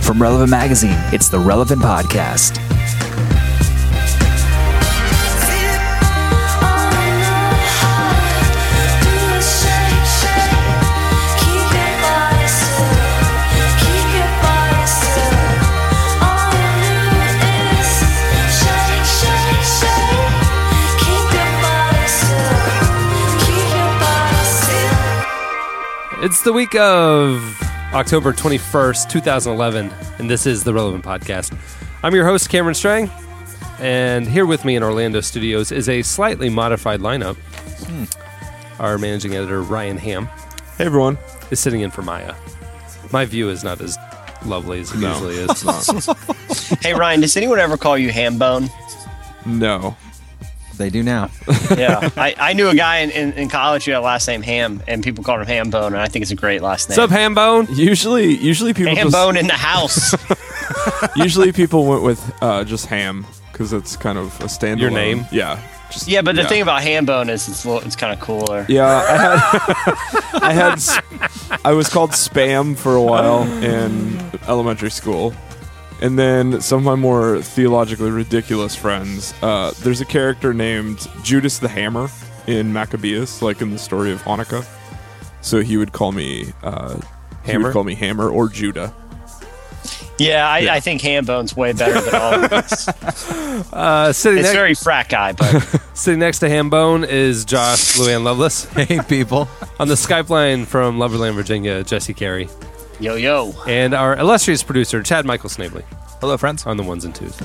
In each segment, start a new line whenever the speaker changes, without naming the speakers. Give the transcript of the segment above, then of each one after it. from Relevant Magazine. It's the Relevant Podcast.
It's the week of October 21st, 2011, and this is the Relevant Podcast. I'm your host, Cameron Strang, and here with me in Orlando studios is a slightly modified lineup. Our managing editor, Ryan Ham,
Hmm. Hey everyone.
is sitting in for Maya. My view is not as lovely as it usually is.
Hey Ryan, does anyone ever call you Hambone?
No.
They do now.
Yeah, I, I knew a guy in, in, in college who had a last name Ham, and people called him Hambone, and I think it's a great last name.
What's up, Hambone?
Usually usually people just,
Hambone in the house.
usually people went with uh, just ham cuz it's kind of a standalone.
Your name?
Yeah. Just,
yeah, but the thing about Hambone is it's a little, it's kind of cooler.
Yeah, I had I had s- I was called spam for a while in elementary school. And then some of my more theologically ridiculous friends, uh, there's a character named Judas the Hammer in Maccabeus, like in the story of Hanukkah. So he would call me uh, He
Hammer?
would call me Hammer or Judah.
Yeah, I, I think Hambone's way better than all of this.
Uh, sitting,
It's
ne-
very frat guy, but
sitting next to Hambone is Josh Luann Lovelace.
Hey, people.
On the Skype line from Loverland, Virginia, Jesse Carey.
yo yo.
And our illustrious producer, Chad Michael Snavely,
Hello, friends.
on the ones and twos.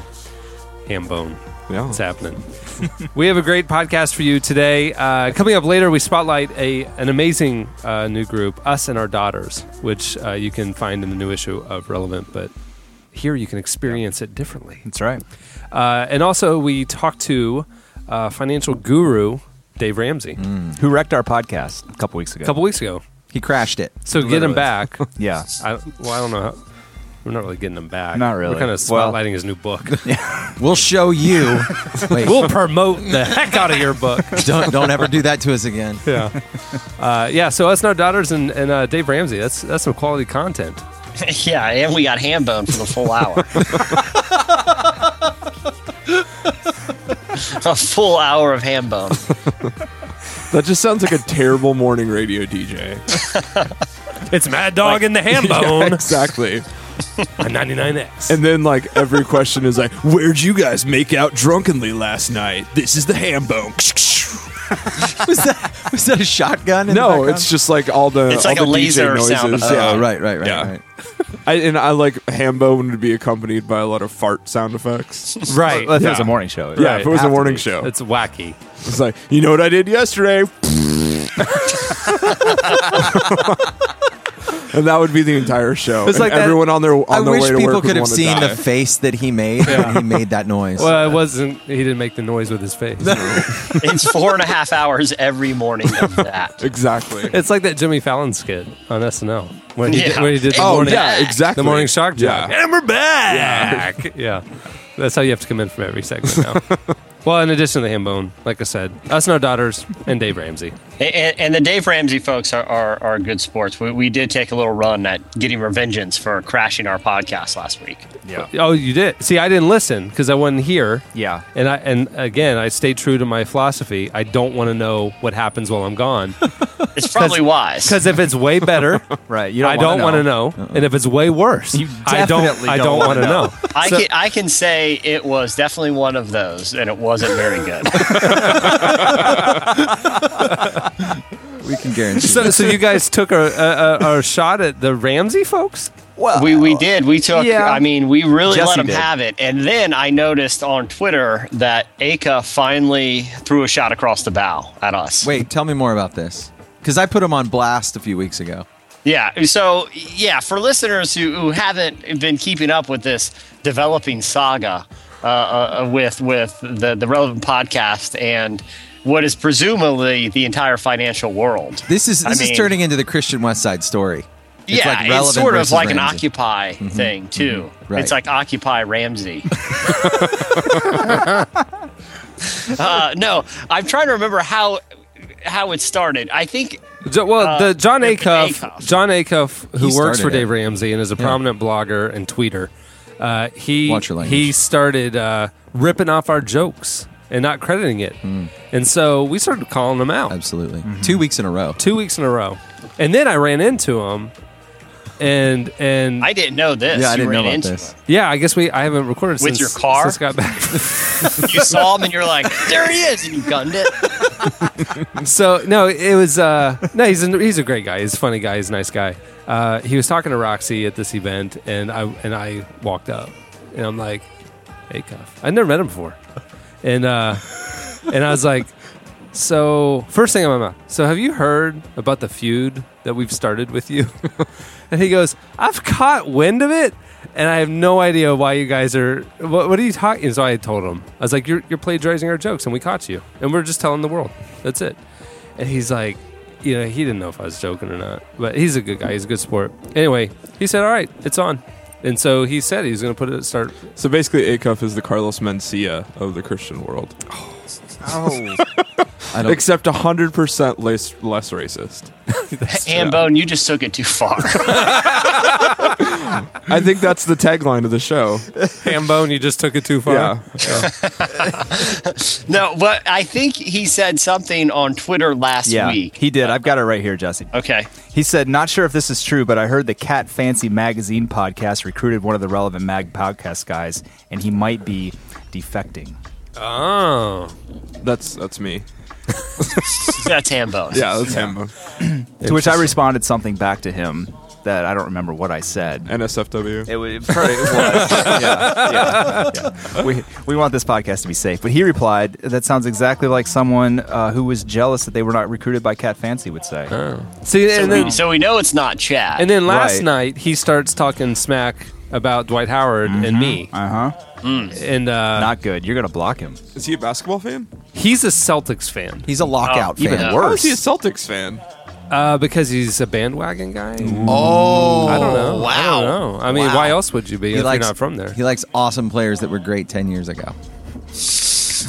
Hambone.
Yeah.
It's happening. we have a great podcast for you today. Uh, coming up later, we spotlight a an amazing uh, new group, Us and Our Daughters, which uh, you can find in the new issue of Relevant, but here you can experience it differently.
That's right.
Uh, and also, we talked to uh, financial guru Dave Ramsey
Mm,
Hmm.
Who wrecked our podcast a couple weeks ago?
a couple weeks ago.
He crashed it.
So get him back.
Yeah.
I, well, I don't know. How, we're not really getting him back.
Not
We're
really.
kind of
Well-
spotlighting his new book.
We'll show you. Wait,
we'll promote the heck out of your book.
don't don't ever do that to us again.
yeah. Uh, yeah. So us, and our daughters, and, and uh, Dave Ramsey. That's that's some quality content.
Yeah, and we got Hambone for the full hour. a full hour of Hambone.
That just sounds like a terrible morning radio DJ.
It's Mad Dog and the
Yeah,
Hambone
exactly.
on 99X.
And then like every question is like, "Where'd you guys make out drunkenly last night?" This is the ham bone.
Was that was that a shotgun? In the
no,
background?
it's just like all the
It's
all
like
the
a laser
DJ
sound
noises.
effect.
yeah,
Oh, right, right, right,
Yeah.
right.
I, and I like ham bone to be accompanied by a lot of fart sound effects.
right.
Well, if it was
Yeah.
a morning show.
Yeah,
Right,
if it was a
have to
morning
be.
show,
It's wacky.
it's like you know what I did yesterday. And that would be the entire show.
It's
And
like that-
everyone on their on
I
their
wish
way to
people
work
could
would
have
wanna
seen
die.
the face that he made when he made that noise.
Well, it wasn't. He didn't make the noise with his face.
It's four and a half hours every morning of that.
exactly.
it's like that Jimmy Fallon skit on SNL when he did,
Yeah.
when he did the
Oh,
morning
yeah,
the
exactly.
morning shock job.
Yeah.
And we're back. Yeah. That's how you have to come in from every segment now. well, in addition to the Hambone, like I said, us and our daughters and Dave Ramsey.
And, and the Dave Ramsey folks are, are, are good sports. We, we did take a little run at getting revengeance for crashing our podcast last week.
yeah.
Oh, you did. See, I didn't listen because I wasn't here.
Yeah.
And I and again, I stay true to my philosophy. I don't want to know what happens while I'm gone
It's probably wise.
because if it's way better,
Right. You don't
I
wanna
don't want to know. And if it's way worse, I don't.
definitely
I
don't
don't want
wanna
to know.
I,
So-
can, I can say it was definitely one of those, and it wasn't very good.
We can guarantee.
So,
it.
so you guys took a, a, a, a shot at the Ramsey folks?
well,
we, we did. We took,
Yeah.
I mean, we really
Jesse
let them
did.
have it. And then I noticed on Twitter that Aka finally threw a shot across the bow at us.
Wait, tell me more about this because I put him on blast a few weeks ago.
Yeah. So, yeah, for listeners who, who haven't been keeping up with this developing saga uh, uh, with with the, the relevant podcast and what is presumably the entire financial world.
This is
I
this
mean-
is turning into the Christian West Side Story. It's
yeah,
like
it's
relevant
sort of
versus
like an
Ramsey. Mm-hmm.
Occupy thing, too.
Right.
It's like Occupy Ramsey. uh, no, I'm trying to remember how how it started. I think
Jo- well,
uh,
the John
Rick
Acuff,
Acuff.
John Acuff, who
He
works
started
for
it.
Dave Ramsey and is a prominent blogger and tweeter, uh, he
Watch your language.
he started uh, ripping off our jokes and not crediting it, and so we started calling him
Hmm.
out Mm-hmm.
Absolutely. Two weeks in a row.
two weeks in a row, and then I ran into him, and and
I didn't know Oh, this.
Yeah, I
You
didn't know
ran
about
into
this.
yeah, I guess we I haven't recorded
With
since,
your car?
since got back.
it. You saw him and you're like, there he is, and you gunned it.
so no, it was uh, no. He's a, he's a great guy. He's a funny guy. He's a nice guy. Uh, he was talking to Roxy at this event, and I and I walked up, and I'm like, "Hey, Cuff, I'd never met him before," and uh, and I was like, "So first thing in my mouth, so have you heard about the feud that we've started with you?" and he goes, "I've caught wind of it." And I have no idea why you guys are. What, what are you talking? And so I told him, I was like, "You're you're plagiarizing our jokes, and we caught you, and we're just telling the world. That's it." And he's like, you know, he didn't know if I was joking or not, but he's a good guy. He's a good sport. Anyway, he said, "All right, it's on." And so he said he was going to put it start.
So basically, Acuff is the Carlos Mencia of the Christian world,
I don't.
except 100% less, less racist.
and Bone, you just took it too far.
I think that's the tagline of the show.
Hambone, you just took it too far.
Yeah.
no, but I think he said something on Twitter last
Yeah,
week.
he did. I've got it right here, Jesse.
Okay.
He said, "Not sure if this is true, but I heard the Cat Fancy Magazine podcast recruited one of the relevant mag podcast guys, and he might be defecting."
Oh,
That's that's me.
That's Hambone.
Yeah, that's him.
To which I responded something back to him that I don't remember what I said.
NSFW.
It was. It probably was. yeah, yeah, yeah. We, we want this podcast to be safe. But he replied, that sounds exactly like someone uh, who was jealous that they were not recruited by Cat Fancy would say.
see,
So,
and
we,
then
so we know it's not Chad.
and then last
Right.
night he starts talking smack about Dwight Howard and me,
Uh huh.
Mm.
and uh,
Not good. You're going to block him.
Is he a basketball fan?
he's a Celtics fan
He's a lockout
Oh, even
fan.
though-
How is
Worse.
he a Celtics fan?
uh, because he's a bandwagon guy.
Oh,
I don't know. I
wow.
don't know. I mean,
Wow.
why else would you be if you're not from there?
He likes awesome players that were great ten years ago.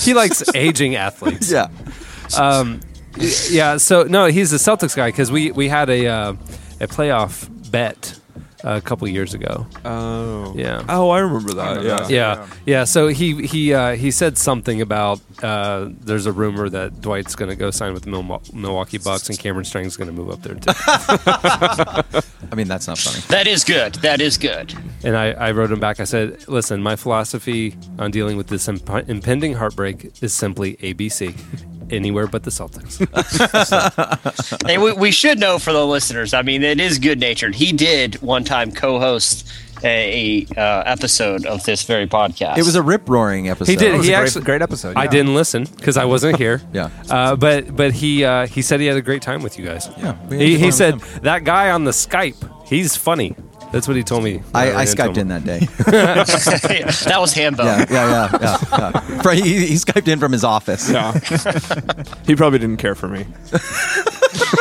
He likes aging athletes.
Yeah.
Um, yeah. So no, he's a Celtics guy because we we had a uh, a playoff bet a couple years ago.
Oh.
Yeah.
Oh, I remember that. yeah.
yeah, yeah. So he he uh, he said something about uh, there's a rumor that Dwight's going to go sign with the Mil- Milwaukee Bucks and Cameron Strang's going to move up there too.
I mean, that's not funny.
that is good. That is good.
and I, I wrote him back. I said, "Listen, my philosophy on dealing with this imp- impending heartbreak is simply ABC, anywhere but the Celtics."
And we, we should know for the listeners. I mean, it is good natured. He did one time co-host a, a uh, episode of this very podcast.
It was a rip roaring episode.
He did.
was
he
a great-
actually
great episode,
I
yeah.
didn't listen because I wasn't here.
Yeah.
Uh, but but he uh, he said he had a great time with you guys.
Yeah, we had
He,
fun
he
with
said
him.
that guy on the Skype. He's funny. That's what he told me.
I,
when
I
ran into
skyped
him.
in that day.
that was Hambone.
yeah, yeah, yeah, yeah. yeah. Fr- he, he skyped in from his office.
Yeah. he probably didn't care for me.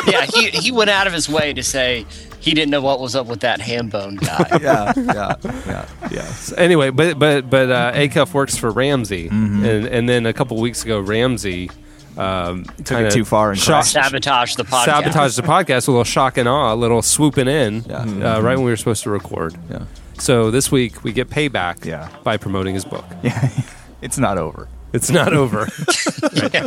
yeah, he, he went out of his way to say he didn't know what was up with that ham bone guy.
yeah, yeah, yeah.
So anyway, but but but uh, Acuff works for Ramsey, and and then a couple weeks ago Ramsey um, took
too far and
shot,
Sabotage the podcast.
sabotaged the podcast. A little shock and awe, a little swooping in
Yeah. Mm-hmm.
uh, right when we were supposed to record.
yeah.
So this week we get payback
Yeah.
by promoting his book.
It's not over.
It's not over.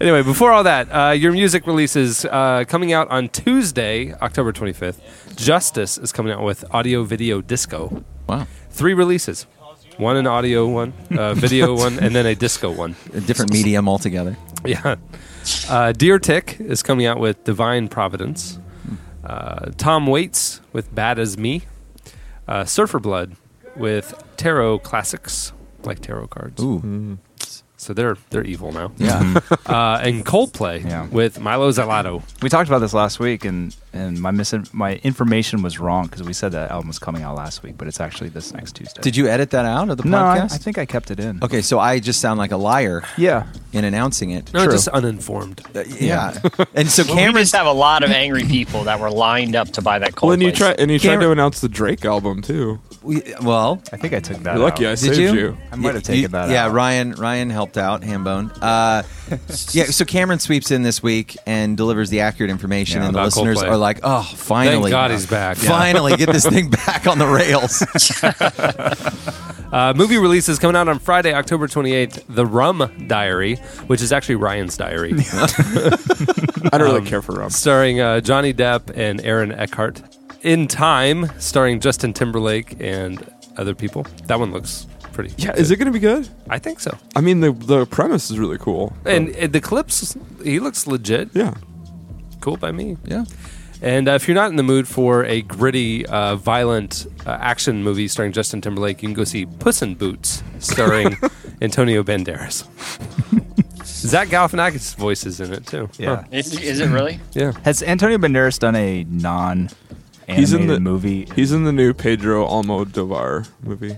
Anyway, before all that, uh, your music releases uh, coming out on Tuesday, October 25th. Justice is coming out with audio, video, disco.
Wow.
Three releases one an audio one, uh, video one, and then a disco one.
A different medium altogether.
Yeah. Uh, Deer Tick is coming out with Divine Providence. Uh, Tom Waits with Bad as Me. Uh, Surfer Blood with Tarot Classics, like tarot cards. Mm-hmm.
Ooh.
So they're they're evil now.
Yeah.
Uh, and Coldplay
Yeah.
with Milo Zalato.
We talked about this last week, and and my mis- my information was wrong because we said that album was coming out last week, but it's actually this next Tuesday.
Did you edit that out of the
No, I, I
podcast?
think I kept it in.
Okay, so I just sound like a liar
Mm-hmm. Yeah.
in announcing it.
No,
True.
just uninformed.
Uh, yeah. and so
Well, we
Cameron,
just have a lot of angry people that were lined up to buy that Coldplay.
Well, and you try and you tried to
Cameron-
announce the Drake album too.
we, well,
I think I took that.
You're lucky I
out.
did
saved
you?
you.
I might have taken that
Yeah,
out.
Ryan. Ryan helped out. Hambone. Uh, yeah. So Cameron sweeps in this week and delivers the accurate information,
Yeah,
and the
about
listeners
Coldplay.
are like, "Oh, finally!
God he's back." Yeah.
Finally, get this thing back on the rails."
Uh, movie releases coming out on Friday, October 28th. The Rum Diary, which is actually Ryan's diary,
I don't really care for Rob.
starring uh, Johnny Depp and Aaron Eckhart. In Time, starring Justin Timberlake and other people. That one looks pretty.
Yeah, is it going to be good?
I think so.
I mean, the the premise is really cool.
And, and the clips, he looks legit.
yeah,
Cool by me.
yeah.
And uh, if you're not in the mood for a gritty, uh, violent uh, action movie starring Justin Timberlake, you can go see Puss in Boots starring Antonio Banderas. Zach Galifianakis' voice is in it too.
Yeah.
Huh.
Is, is it really?
yeah.
Has Antonio Banderas done a non
He's in
animated
the-
movie?
he's in the new Pedro Almodovar movie.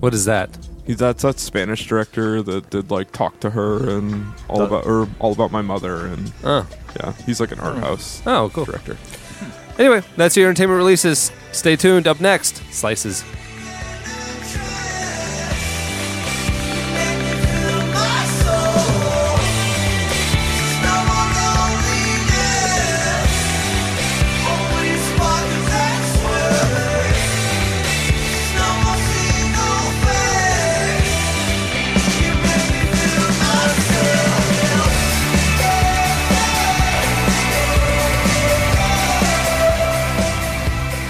What is that?
He's that's that Spanish director that did like Talk to Her and all about or all about my mother and
Oh,
yeah, he's like an art house
oh, cool.
director.
Anyway, that's your entertainment releases. Stay tuned. Up next, Slices.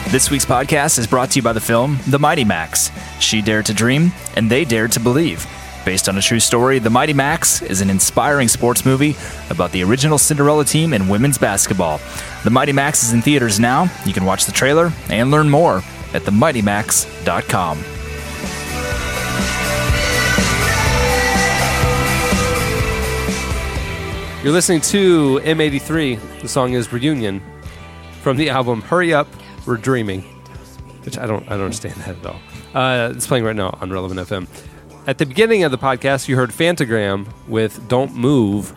This week's podcast is brought to you by the film The Mighty Max. She dared to dream, and they dared to believe. Based on a true story, The Mighty Max is an inspiring sports movie about the original Cinderella team in women's basketball. The Mighty Max is in theaters now. You can watch the trailer and learn more at themightymax.com.
You're listening to M83. The song is Reunion from the album Hurry Up, We're Dreaming, which I don't I don't understand that at all. Uh, it's playing right now on Relevant FM. At the beginning of the podcast, you heard Fantagram with Don't Move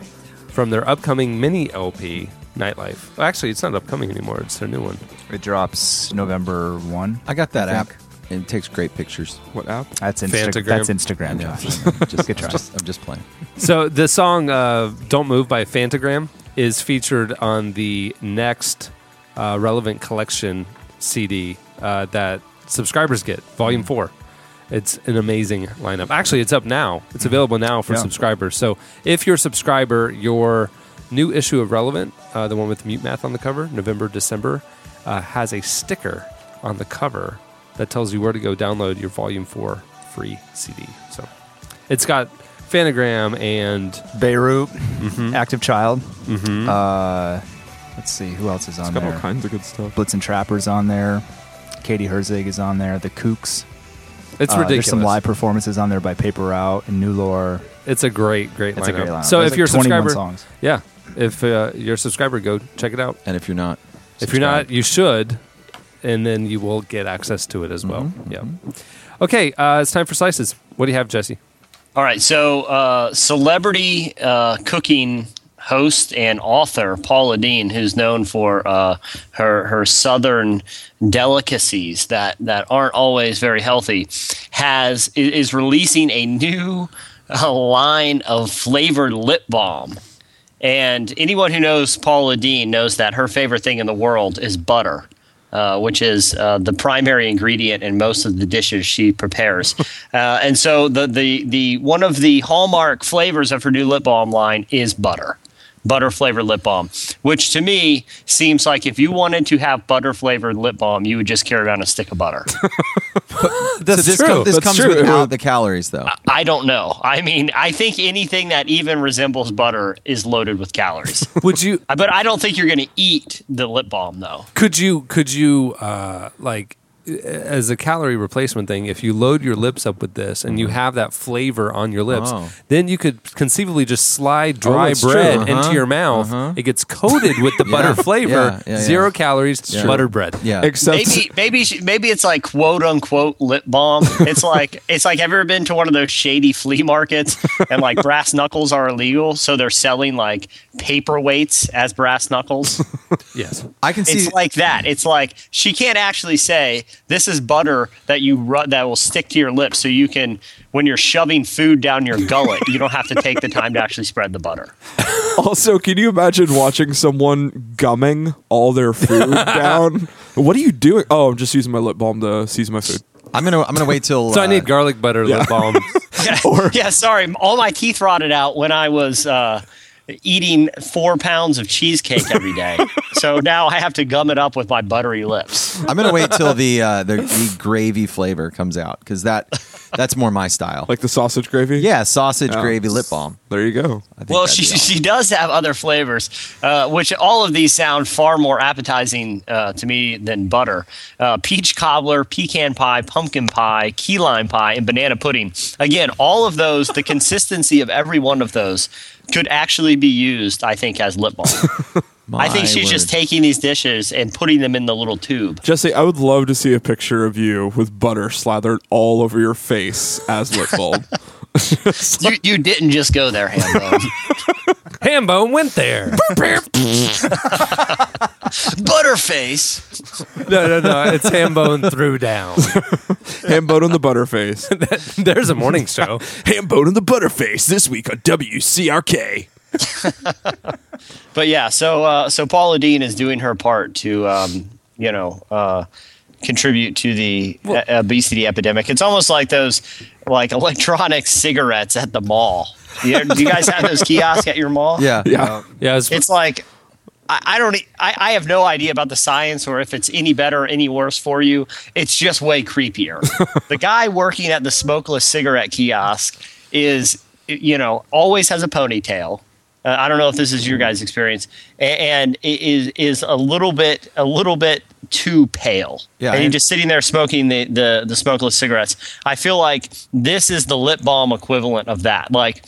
from their upcoming mini LP, Nightlife. Well, actually, it's not upcoming anymore, it's their new one.
It drops November 1.
I got that
I
app.
think.
And it takes great pictures.
What app?
That's,
Insta- Fantagram. that's
Instagram.
Yeah.
Just, Good try.
Just, I'm just playing.
So the song uh, "Don't Move" by Fantagram is featured on the next uh, relevant collection CD uh, that subscribers get, Volume Four. It's an amazing lineup. Actually, it's up now. It's available now for
Yeah.
subscribers. So if you're a subscriber, your new issue of Relevant, uh, the one with Mute Math on the cover, November December, uh, has a sticker on the cover that tells you where to go download your Volume Four free CD. So it's got Fanagram and
Beirut,
Mm-hmm.
Active Child. Uh, let's see, who else is on
It's got all kinds of good stuff.
Blitz and Trappers on there. Katie Herzig is on there. The Kooks.
it's
Uh,
ridiculous.
There's some live performances on there by Paper Out and New Lore.
It's a great, great
It's
lineup.
a great lineup.
So
There's
if
like
you're a
21
subscriber,
songs.
yeah, if uh, you're a subscriber, go check it out.
And if you're not,
If you're
subscribe.
not, you should, and then you will get access to it as well.
Mm-hmm,
Yeah. Okay, uh, it's time for slices. What do you have, Jesse?
All right. So, uh, celebrity uh, cooking host and author Paula Dean, who's known for uh, her her southern delicacies that that aren't always very healthy, has i- is releasing a new uh, line of flavored lip balm. And anyone who knows Paula Dean knows that her favorite thing in the world is butter, uh, which is uh, the primary ingredient in most of the dishes she prepares. uh, and so the, the the one of the hallmark flavors of her new lip balm line is butter. Butter flavored lip balm, which to me seems like if you wanted to have butter flavored lip balm, you would just carry around a stick of butter.
That's
so this, com- this comes without the calories, though.
I don't know. I mean, I think anything that even resembles butter is loaded with calories.
Would you?
Uh, But I don't think you're going to eat the lip balm, though.
Could you? Could you? Uh, like as a calorie replacement thing, if you load your lips up with this and you have that flavor on your lips,
Mm-hmm. Oh.
then you could conceivably just slide dry
that's true.
bread into
Uh-huh,
your mouth. It gets coated with the butter flavor,
yeah, yeah, yeah.
zero calories, butter bread.
Yeah.
Except
Maybe maybe she- maybe it's like quote unquote lip balm. It's like it's like have you ever been to one of those shady flea markets and like brass knuckles are illegal, so they're selling like paperweights as brass knuckles.
Yes.
I can see.
It's like that. It's like she can't actually say this is butter that you ru- that will stick to your lips, so you can when you're shoving food down your gullet, you don't have to take the time to actually spread the butter.
also, can you imagine watching someone gumming all their food down? What are you doing? Oh, I'm just using my lip balm to season my food.
I'm gonna. I'm gonna wait till.
So I
uh,
need garlic butter lip balm.
yeah, yeah, sorry. All my teeth rotted out when I was uh, eating four pounds of cheesecake every day. so now I have to gum it up with my buttery lips.
I'm gonna wait till the uh, the, the gravy flavor comes out because that that's more my style.
Like the sausage gravy? Oh,
yeah, sausage gravy lip balm.
There you go.
I think
Well,
that'd
she,
be awesome.
she does have other flavors, uh, which all of these sound far more appetizing uh, to me than butter. Uh, peach cobbler, pecan pie, pumpkin pie, key lime pie, and banana pudding. Again, all of those, the consistency of every one of those could actually be used, I think, as lip balm. I think
My
she's just
word.
taking these dishes and putting them in the little tube.
Jesse, I would love to see a picture of you with butter slathered all over your face as lip balm.
You, you didn't just go there, Hambo.
Hambone went there.
Butterface.
no, no, no. It's Hambone threw down.
Ham bone on the butterface.
There's a morning show.
Ham bone on the butterface this week on WCRK.
But yeah, so uh, so Paula Dean is doing her part to um, you know uh, contribute to the uh obesity epidemic. It's almost like those like electronic cigarettes at the mall. You, do you guys have those kiosks at your mall?
Yeah.
Yeah.
Yeah, it's,
It's like I, I don't. e- I, I have no idea about the science or if it's any better or any worse for you. It's just way creepier. the guy working at the smokeless cigarette kiosk is, you know, always has a ponytail. Uh, I don't know if this is your guys' experience, a- and, i is is a little bit a little bit too pale.
Yeah,
and
I-
he's just sitting there smoking the, the the smokeless cigarettes. I feel like this is the lip balm equivalent of that. Like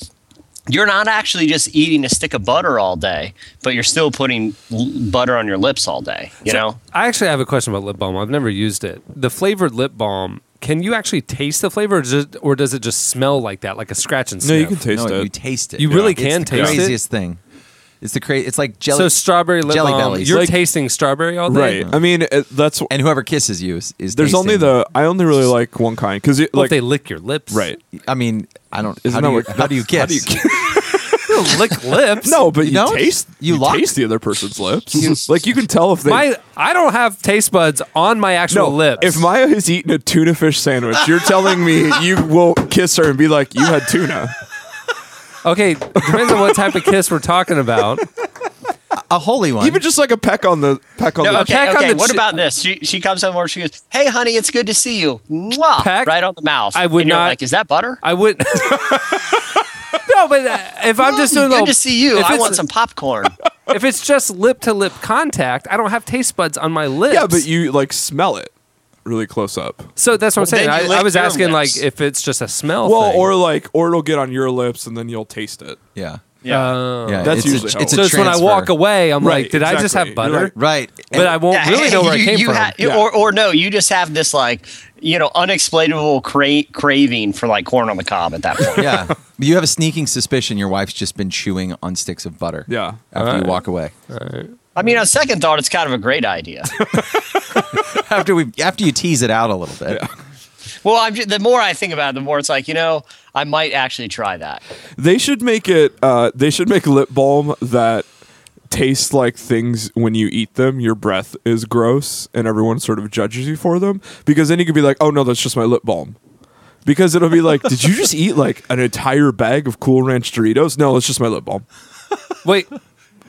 you're not actually just eating a stick of butter all day, but you're still putting l- butter on your lips all day. You know,
I actually have a question about lip balm. I've never used it. The flavored lip balm, can you actually taste the flavor, or, just, or does it just smell like that, like a scratch and
No,
sniff?
you can taste
No,
it.
you taste it.
You really can
it's the
taste it.
craziest thing. It's the crazy. It's like jelly.
so strawberry lip
Jelly
balm.
bellies.
You're
Like-
tasting strawberry all day,
right. I mean, it, that's.
and whoever kisses you is, is
There's only
tasting-
the. I only really like one kind. Because,
Well,
like.
if they lick your lips,
right.
I mean, I don't.
Isn't
How do, you,
that what-
how do you kiss?
how do you
You don't lick lips.
No, but you,
don't?
taste
You
you,
lock-
taste the other person's lips. like you can tell if they
my I don't have taste buds on my actual
no
lips.
If Maya has eaten a tuna fish sandwich, you're telling me you will kiss her and be like, "You had tuna."
okay, depends on what type of kiss we're talking about.
a holy one.
Even just like a peck on the peck on
No,
the.
peck
okay,
on
okay.
the
What
chi-
about this? She she comes over. She goes, "Hey, honey, it's good to see you." Mwah,
Peck?
right on the mouth.
I would
And you're
not-
Like, is that butter?
I wouldn't. no, but uh, if I'm just doing
good
the-
to see you.
If
I
it's-
want some popcorn.
If it's just lip to lip contact, I don't have taste buds on my lips.
yeah, but you like smell it really close up.
So that's what I'm
Well,
saying.
then you
I,
lick
I was
your
asking
lips.
like if it's just a smell.
Well,
thing.
or like, or it'll get on your lips and then you'll taste it.
yeah.
Yeah.
yeah.
That's
it's
usually
a,
how
it's
it
a
Oh. so it's when I
transfer.
walk away, I'm
Right,
like, did I just
exactly.
have butter?
You're like-
Right.
But I won't
Yeah,
really know where
you-
it came
you
from.
ha-
Yeah.
or, or no, you just have this like, you know, unexplainable cra- craving for like corn on the cob at that point.
yeah. Uh, You have a sneaking suspicion your wife's just been chewing on sticks of butter.
Yeah.
After you walk away.
I mean, on second thought, it's kind of a great idea.
after we after you tease it out a little bit.
well, I'm ju- the more I think about it, the more it's like, you know, I might actually try that.
They should make it. Uh, they should make lip balm that tastes like things when you eat them. Your breath is gross, and everyone sort of judges you for them because then you could be like, "Oh no, that's just my lip balm." Because it'll be like, "Did you just eat like an entire bag of Cool Ranch Doritos?" No, it's just my lip balm.
Wait,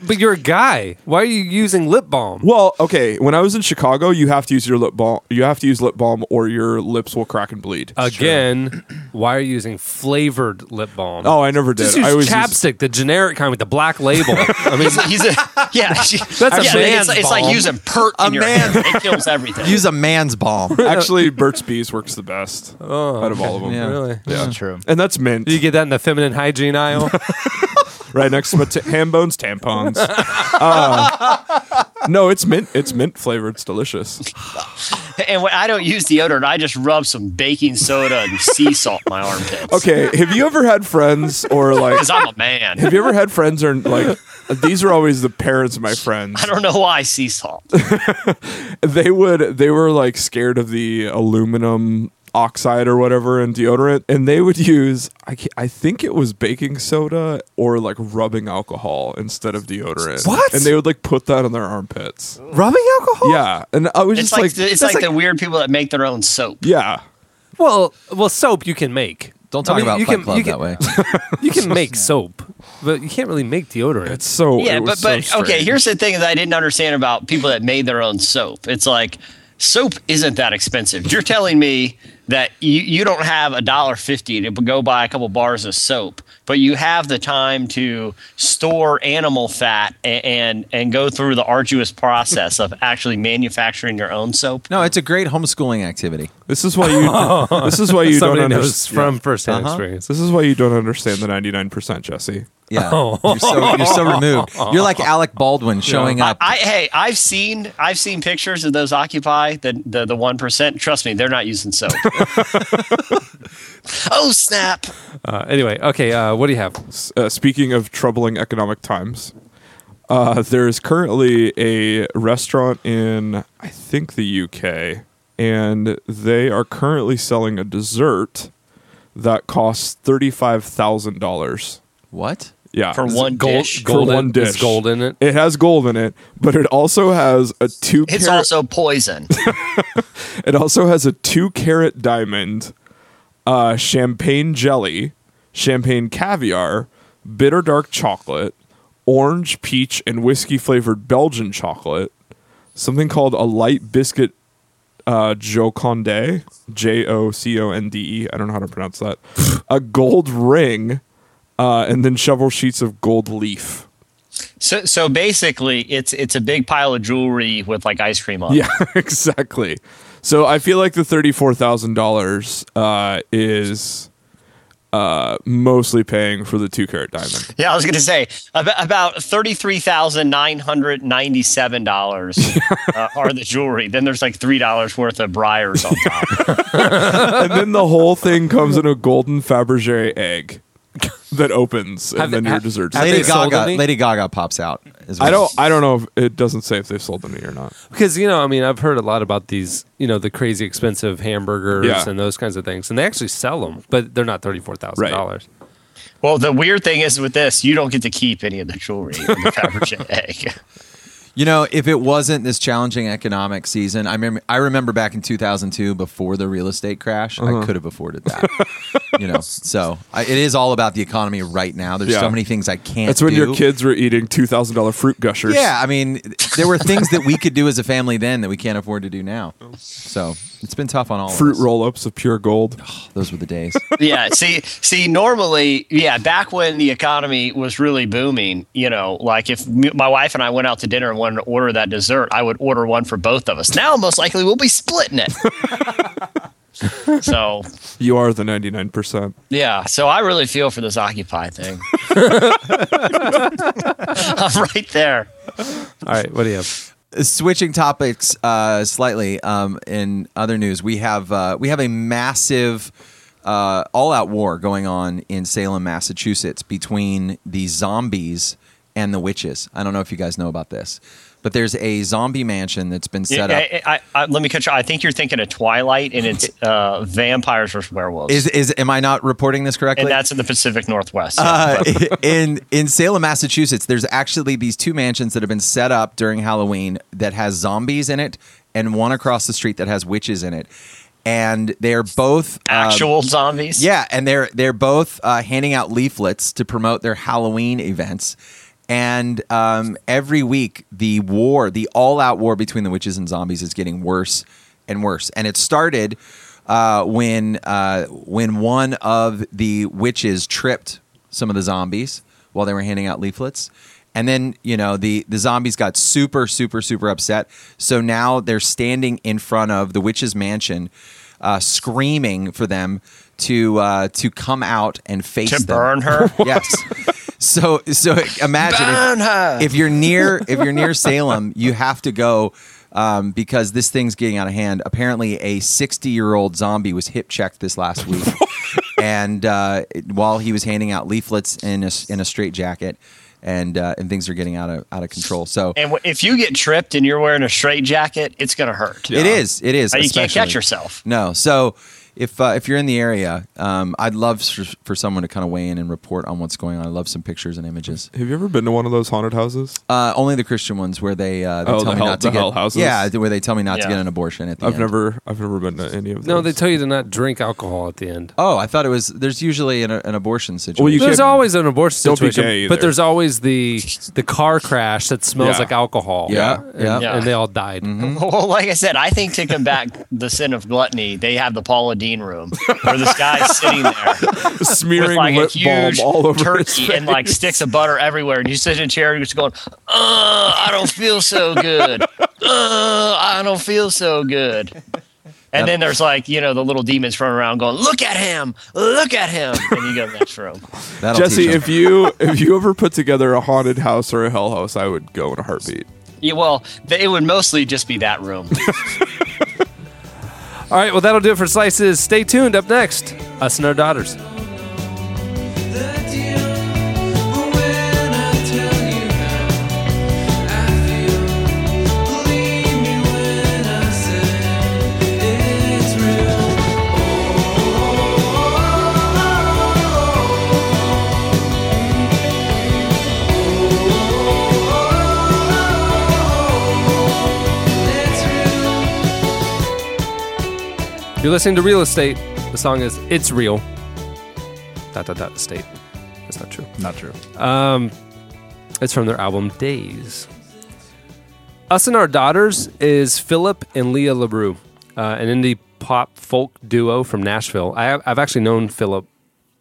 but you're a guy. Why are you using lip balm?
Well, okay. When I was in Chicago, you have to use your lip balm. You have to use lip balm, or your lips will crack and bleed.
Again, why are you using flavored lip balm?
Oh, I never did.
Just
I
use
always used-
chapstick, the generic kind with the black label. I mean,
He's a yeah. She,
That's a
yeah,
man's
it's, it's like
balm.
using pert
A
in your
man.
hair. It kills everything.
Use a man's balm.
Actually, Burt's Bees works the best
Oh,
out of all of them.
Yeah.
really?
Yeah.
True.
And that's mint.
You get that in the feminine hygiene aisle.
right next to my t- ham bones tampons. Uh, no, it's mint. It's mint flavored. It's delicious.
and when I don't use deodorant, I just rub some baking soda and sea salt in my armpits.
Okay, have you ever had friends or like?
Because I'm a man.
Have you ever had friends or like? These are always the parents of my friends.
I don't know why sea salt.
They would. They were like scared of the aluminum oxide or whatever in deodorant, and they would use. I, ca- I think it was baking soda or like rubbing alcohol instead of deodorant.
What?
And they would like put that on their armpits.
Rubbing alcohol?
Yeah, and I was
It's
just
like,
like,
the, it's
that's
like, the weird people that make their own soap.
yeah.
well, well, soap you can make.
Don't talk
I mean,
about
you
Fight
can-
Club
you can-
that way.
You can make soap, but you can't really make deodorant.
It's so
Yeah,
Oh, it
but
was
but
so
okay.
strange.
Here's the thing that I didn't understand about people that made their own soap. It's like soap isn't that expensive. You're telling me that you, you don't have a dollar fifty to go buy a couple bars of soap, but you have the time to store animal fat and and, and go through the arduous process of actually manufacturing your own soap.
No, it's a great homeschooling activity.
This is why you. this is why you don't
Somebody
understand.
knows from firsthand
Uh-huh.
experience.
This is why you don't understand the ninety nine percent, Jesse.
Yeah. You're, so, you're so removed. You're like Alec Baldwin showing
I,
up.
I hey, I've seen I've seen pictures of those Occupy the the the one percent. Trust me, they're not using soap. oh snap!
Uh, anyway, okay, uh, what do you have?
S- Uh, speaking of troubling economic times, uh, there is currently a restaurant in I think the UK, and they are currently selling a dessert that costs thirty five thousand dollars.
what?
Yeah,
For one
Gold,
dish,
gold
For
in-
one
is
dish.
gold in it.
It has gold in it, but it also has a two.
it's
carat-
also poison.
It also has a two carat diamond, uh, champagne jelly, champagne caviar, bitter dark chocolate, orange, peach, and whiskey flavored Belgian chocolate, something called a light biscuit uh, Joconde, J O C O N D E. I don't know how to pronounce that. a gold ring, uh, and then several sheets of gold leaf.
so so basically, it's it's a big pile of jewelry with like ice cream on. it.
Yeah, exactly. So I feel like the thirty-four thousand uh, dollars is uh, mostly paying for the two-carat diamond.
Yeah, I was gonna say about, about thirty three thousand nine hundred ninety seven dollars uh, are the jewelry. Then there's like three dollars worth of briars on top.
and then the whole thing comes in a golden Fabergé egg that opens, and
Have-
then your
have-
dessert's.
have
Lady
they sold
Gaga.
any?
Lady Gaga pops out. is what
I don't.
it's-
I don't know if it doesn't say if they've sold them to you or not.
Because, you know, I mean, I've heard a lot about these, you know, the crazy expensive hamburgers
Yeah.
and those kinds of things. And they actually sell them, but they're not $34,000.
Well, the weird thing is with this, you don't get to keep any of the jewelry in the Fabergé egg.
You know, if it wasn't this challenging economic season, I remember, I remember back in 2002 before the real estate crash,
Uh-huh.
I could have afforded that. you know, so I, it is all about the economy right now. There's
Yeah.
so many things I can't
That's when your
do.
kids were eating two thousand dollar fruit gushers.
Yeah, I mean, there were things that we could do as a family then that we can't afford to do now. So it's been tough on all
Fruit
of us.
roll-ups of pure gold.
Those were the days.
yeah. See, see, normally, yeah, back when the economy was really booming, you know, like if m- my wife and I went out to dinner and wanted to order that dessert, I would order one for both of us. Now, most likely, we'll be splitting it. so,
You are the ninety-nine percent.
yeah. So I really feel for this Occupy thing. I'm right there.
All right, what do you have?
Switching topics uh, slightly. Um, in other news, we have uh, we have a massive uh, all-out war going on in Salem, Massachusetts, between the zombies and the witches. I don't know if you guys know about this, but there's a zombie mansion that's been set up.
I, I, I, let me catch you. I think you're thinking of Twilight, and it's uh, vampires versus werewolves.
Is is am I not reporting this correctly?
and that's in the Pacific Northwest.
Uh, in in Salem, Massachusetts, there's actually these two mansions that have been set up during Halloween that has zombies in it, and one across the street that has witches in it, and they're both uh,
Actual zombies.
yeah, and they're they're both uh, handing out leaflets to promote their Halloween events. And um, every week, the war, the all out war between the witches and zombies is getting worse and worse. And it started uh, when, uh, when one of the witches tripped some of the zombies while they were handing out leaflets. And then, you know, the, the zombies got super, super, super upset. So now they're standing in front of the witch's mansion, uh, screaming for them to uh, to come out and face
To
them.
burn her?
yes. So so imagine if-
Burn her.
if you're near if you're near Salem, you have to go um, because this thing's getting out of hand. Apparently, a 60 year old zombie was hip checked this last week, and uh, it- while he was handing out leaflets in a s- in a straight jacket, and uh, and things are getting out of out of control. So
And w- if you get tripped and you're wearing a straight jacket, it's going to hurt.
it is it is.
Uh, you can't
especially.
catch yourself.
No. So if uh, if you're in the area, um, I'd love for, for someone to kind of weigh in and report on what's going on. I love some pictures and images.
Have you ever been to one of those haunted houses?
Uh, only the Christian ones where they, uh, they
Oh,
tell
the
me
hell-
not to
the
get
hell houses?
yeah where they tell me not to
Yeah.
get an abortion at the
I've
end.
never, I've never been to any of those.
No, they tell you to not drink alcohol at the end.
Oh, I thought it was. There's usually an, an abortion situation.
Well, you
there's
can't-
always an abortion
Don't be
situation,
gay
but
either.
there's always the the car crash that smells
Yeah.
like alcohol.
Yeah,
and,
yeah. Mm-hmm.
Yeah.
and they all died.
Well, like I said, I think taking back the sin of gluttony, they have the Paula Dean room where this guy's sitting there with
smearing
like a
lip balm
huge
all over his
turkey and like sticks of butter everywhere, and he's sitting in a chair and he's going, "Uh, I don't feel so good. Uh, I don't feel so good." And then there's like you know the little demons running around going, "Look at him! Look at him!" And you go to the next room.
That'll
Jesse,
teach 'em.
if you if you ever put together a haunted house or a hell house, I would go in a heartbeat.
Yeah, well, th- it would mostly just be that room.
All right, well, that'll do it for slices. Stay tuned. Up next, us and our daughters. You're listening to Real Estate. The song is "It's Real." Dot dot dot. Estate. That's not true. Um,
Not true.
It's from their album Days. Us and Our Daughters is Philip and Leah LaRue, uh, an indie pop folk duo from Nashville. I have, I've actually known Philip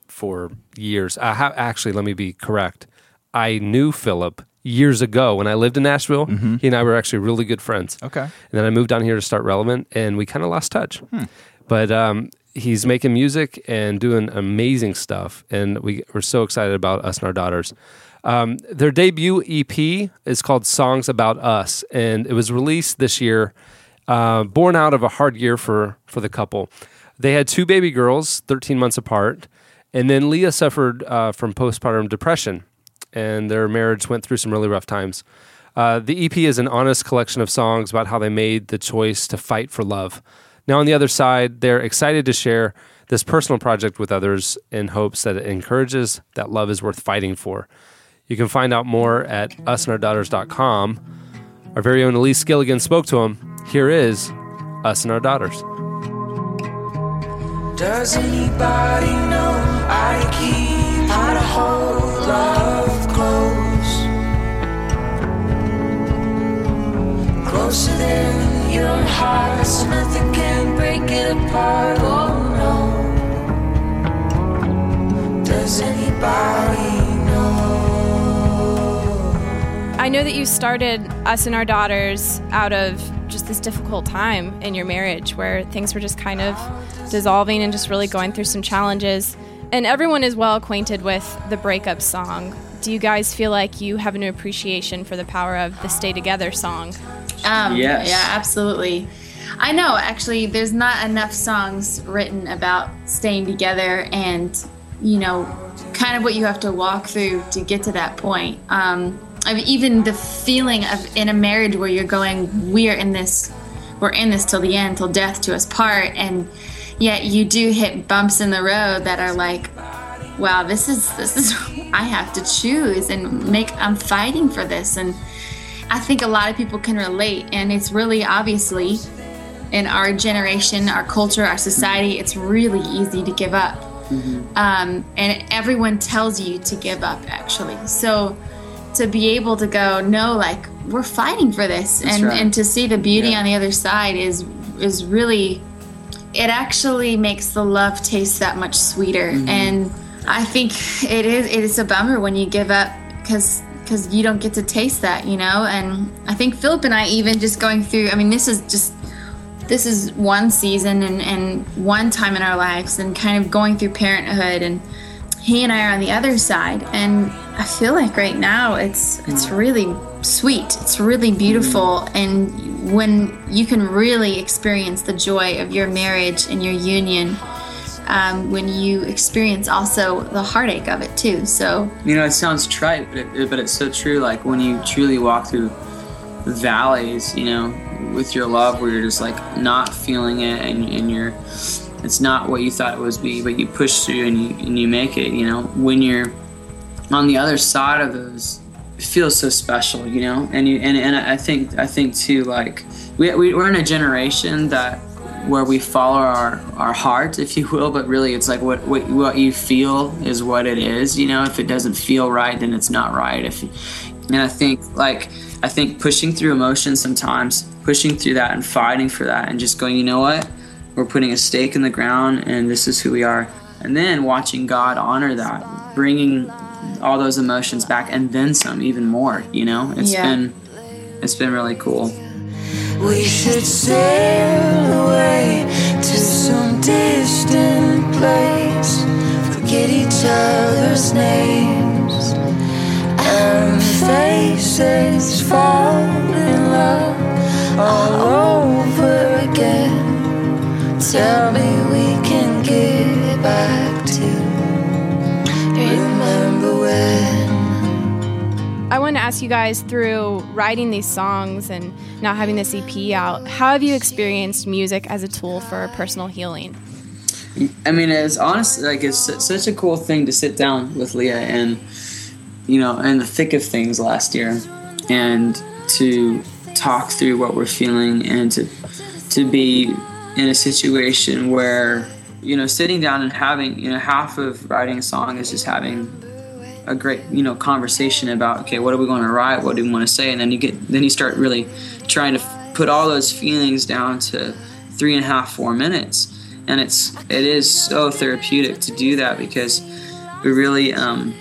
for years. I have, actually, let me be correct. I knew Philip years ago when I lived in Nashville. He and I were actually really good friends.
Mm-hmm. Okay.
And then I moved down here to start Relevant, and we kind of lost touch. But um, he's making music and doing amazing stuff, and we, we're so excited about Us and Our Daughters. Um, their debut EP is called Songs About Us, and it was released this year, uh, born out of a hard year for, for the couple. They had two baby girls, 13 months apart, and then Leah suffered uh, from postpartum depression, and their marriage went through some really rough times. Uh, the EP is an honest collection of songs about how they made the choice to fight for love. Now, on the other side, they're excited to share this personal project with others in hopes that it encourages that love is worth fighting for. You can find out more at usandourdaughters.com. Our very own Elise Gilligan spoke to him. Here is Us and Our Daughters.
Does anybody know I keep how to hold love close? Closer than your heart, so nothing can break it apart. Oh no. Does anybody know?
I know that you started us and our daughters out of just this difficult time in your marriage where things were just kind of dissolving and just really going through some challenges. And everyone is well acquainted with the breakup song. Do you guys feel like you have a new appreciation for the power of the Stay Together song?
Um,
Yes.
Yeah, absolutely. I know, actually, there's not enough songs written about staying together and, you know, kind of what you have to walk through to get to that point. Um, I mean, even the feeling of in a marriage where you're going, we're in this, we're in this till the end, till death to us part. And yet you do hit bumps in the road that are like, wow, this is, this is, I have to choose and make, I'm fighting for this. And, I think a lot of people can relate, and it's really obviously in our generation, our culture, our society, it's really easy to give up. Um, and everyone tells you to give up, actually. So to be able to go, no, like we're fighting for this, and
right.
and to see the beauty on the other side is is really, it actually makes the love taste that much sweeter. And I think it is it is a bummer when you give up because because you don't get to taste that, you know. And I think Philip and I even just going through. I mean, this is just this is one season and, and one time in our lives and kind of going through parenthood and he and I are on the other side and I feel like right now it's it's really sweet it's really beautiful and when you can really experience the joy of your marriage and your union um, when you experience also the heartache of it too so
You know, it sounds trite, but, it, but it's so true. Like when you truly walk through valleys, you know, with your love, where you're just like not feeling it, and, and you're, it's not what you thought it was be, but you push through and you and you make it. You know, when you're on the other side of those, it feels so special. You know, and you and and I think I think too, like we, we we're in a generation that where we follow our, our heart, if you will, but really it's like what, what what you feel is what it is. You know, if it doesn't feel right, then it's not right. If and I think like I think pushing through emotion sometimes, pushing through that and fighting for that, and just going, you know what, we're putting a stake in the ground, and this is who we are. And then watching God honor that, bringing all those emotions back, and then some, even more. You know, it's
Yeah.
been it's been really cool.
We should sail away to some distant place. Forget each other's names and faces. Fall in love all over again. Tell me we can get back to. Remember when?
I want to ask you guys through writing these songs and now having this EP out, how have you experienced music as a tool for personal healing?
I mean, it's honestly like it's su- such a cool thing to sit down with Leah and you know in the thick of things last year, and to talk through what we're feeling and to to be in a situation where you know sitting down and having you know half of writing a song is just having a great you know conversation about okay what are we going to write what do we want to say and then you get then you start really trying to f- put all those feelings down to three and a half four minutes and it's it is so therapeutic to do that because we really um,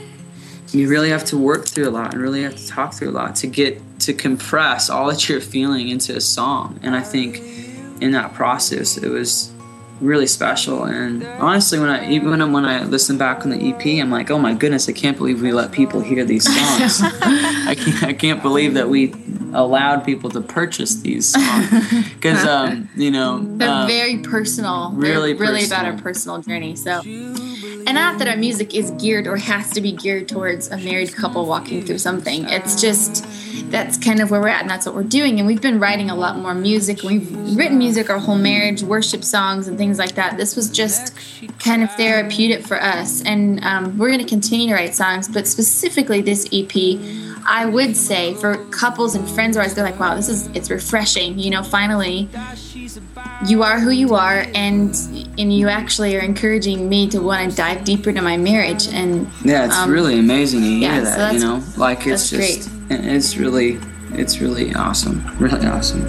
you really have to work through a lot and really have to talk through a lot to get to compress all that you're feeling into a song and i think in that process it was really special and honestly when i even when i listen back on the ep i'm like oh my goodness i can't believe we let people hear these songs I, can't, I can't believe that we allowed people to purchase these songs because um, you know
They're
um,
very personal.
really
They're really about
personal.
our personal journey. So, and not that our music is geared or has to be geared towards a married couple walking through something. It's just that's kind of where we're at, and that's what we're doing. And we've been writing a lot more music. We've written music our whole marriage, worship songs, and things like that. This was just kind of therapeutic for us, and um, we're going to continue to write songs, but specifically this EP. I would say for couples and friends where I feel like, wow, this is it's refreshing, you know, finally you are who you are and and you actually are encouraging me to want to dive deeper into my marriage and
Yeah, it's
Um,
really amazing to hear
yeah, so
that. you
that's-
know, like it's
that's
just, it's really, it's really awesome, really awesome.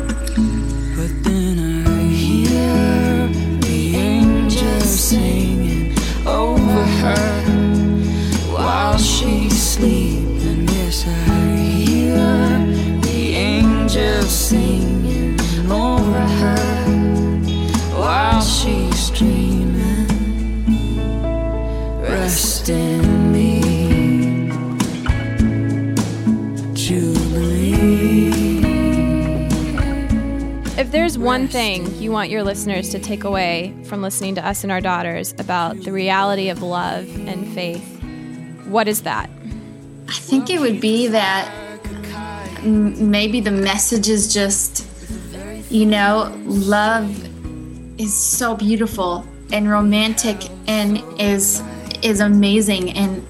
hear the angels singing over her while she's sleeping. Yes, I hear the angels singing over her while she's dreaming. Rest in me, Jubilee.
If there's one thing you want your listeners to take away from listening to us and our daughters about the reality of love and faith, what is that?
I think it would be that m- maybe the message is just you know love is so beautiful and romantic and is is amazing and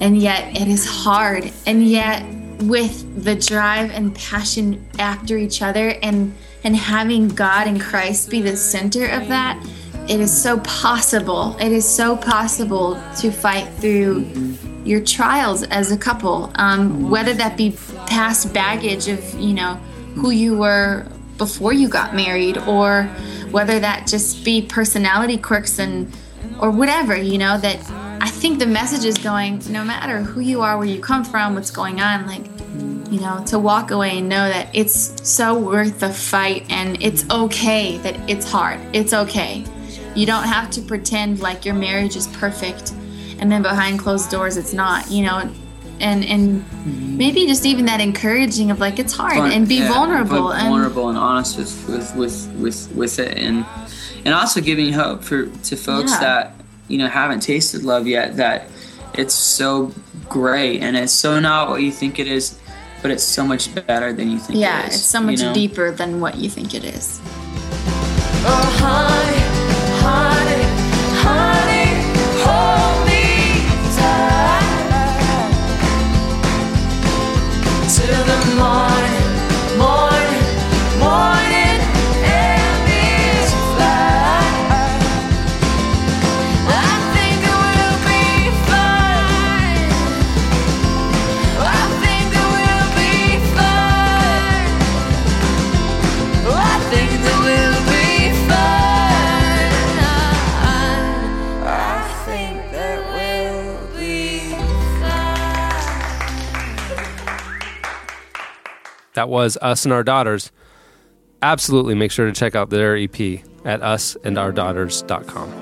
and yet it is hard and yet with the drive and passion after each other and and having god and christ be the center of that it is so possible it is so possible to fight through your trials as a couple, um, whether that be past baggage of you know who you were before you got married, or whether that just be personality quirks and or whatever you know that. I think the message is going no matter who you are, where you come from, what's going on, like you know, to walk away and know that it's so worth the fight and it's okay that it's hard. It's okay. You don't have to pretend like your marriage is perfect and then behind closed doors it's not, you know. And and maybe just even that encouraging of like it's hard
Fun-
and be
Mm-hmm. yeah,
vulnerable
but
and
vulnerable and honest with with with with, with it and and also giving hope for to folks
Yeah.
that you know haven't tasted love yet that it's so great and it's so not what you think it is but it's so much better than you think
yeah,
it is
it's so
you
much
know?
deeper than what you think it is.
Oh,
That was Us and Our Daughters. Absolutely make sure to check out their EP at usandourdaughters.com.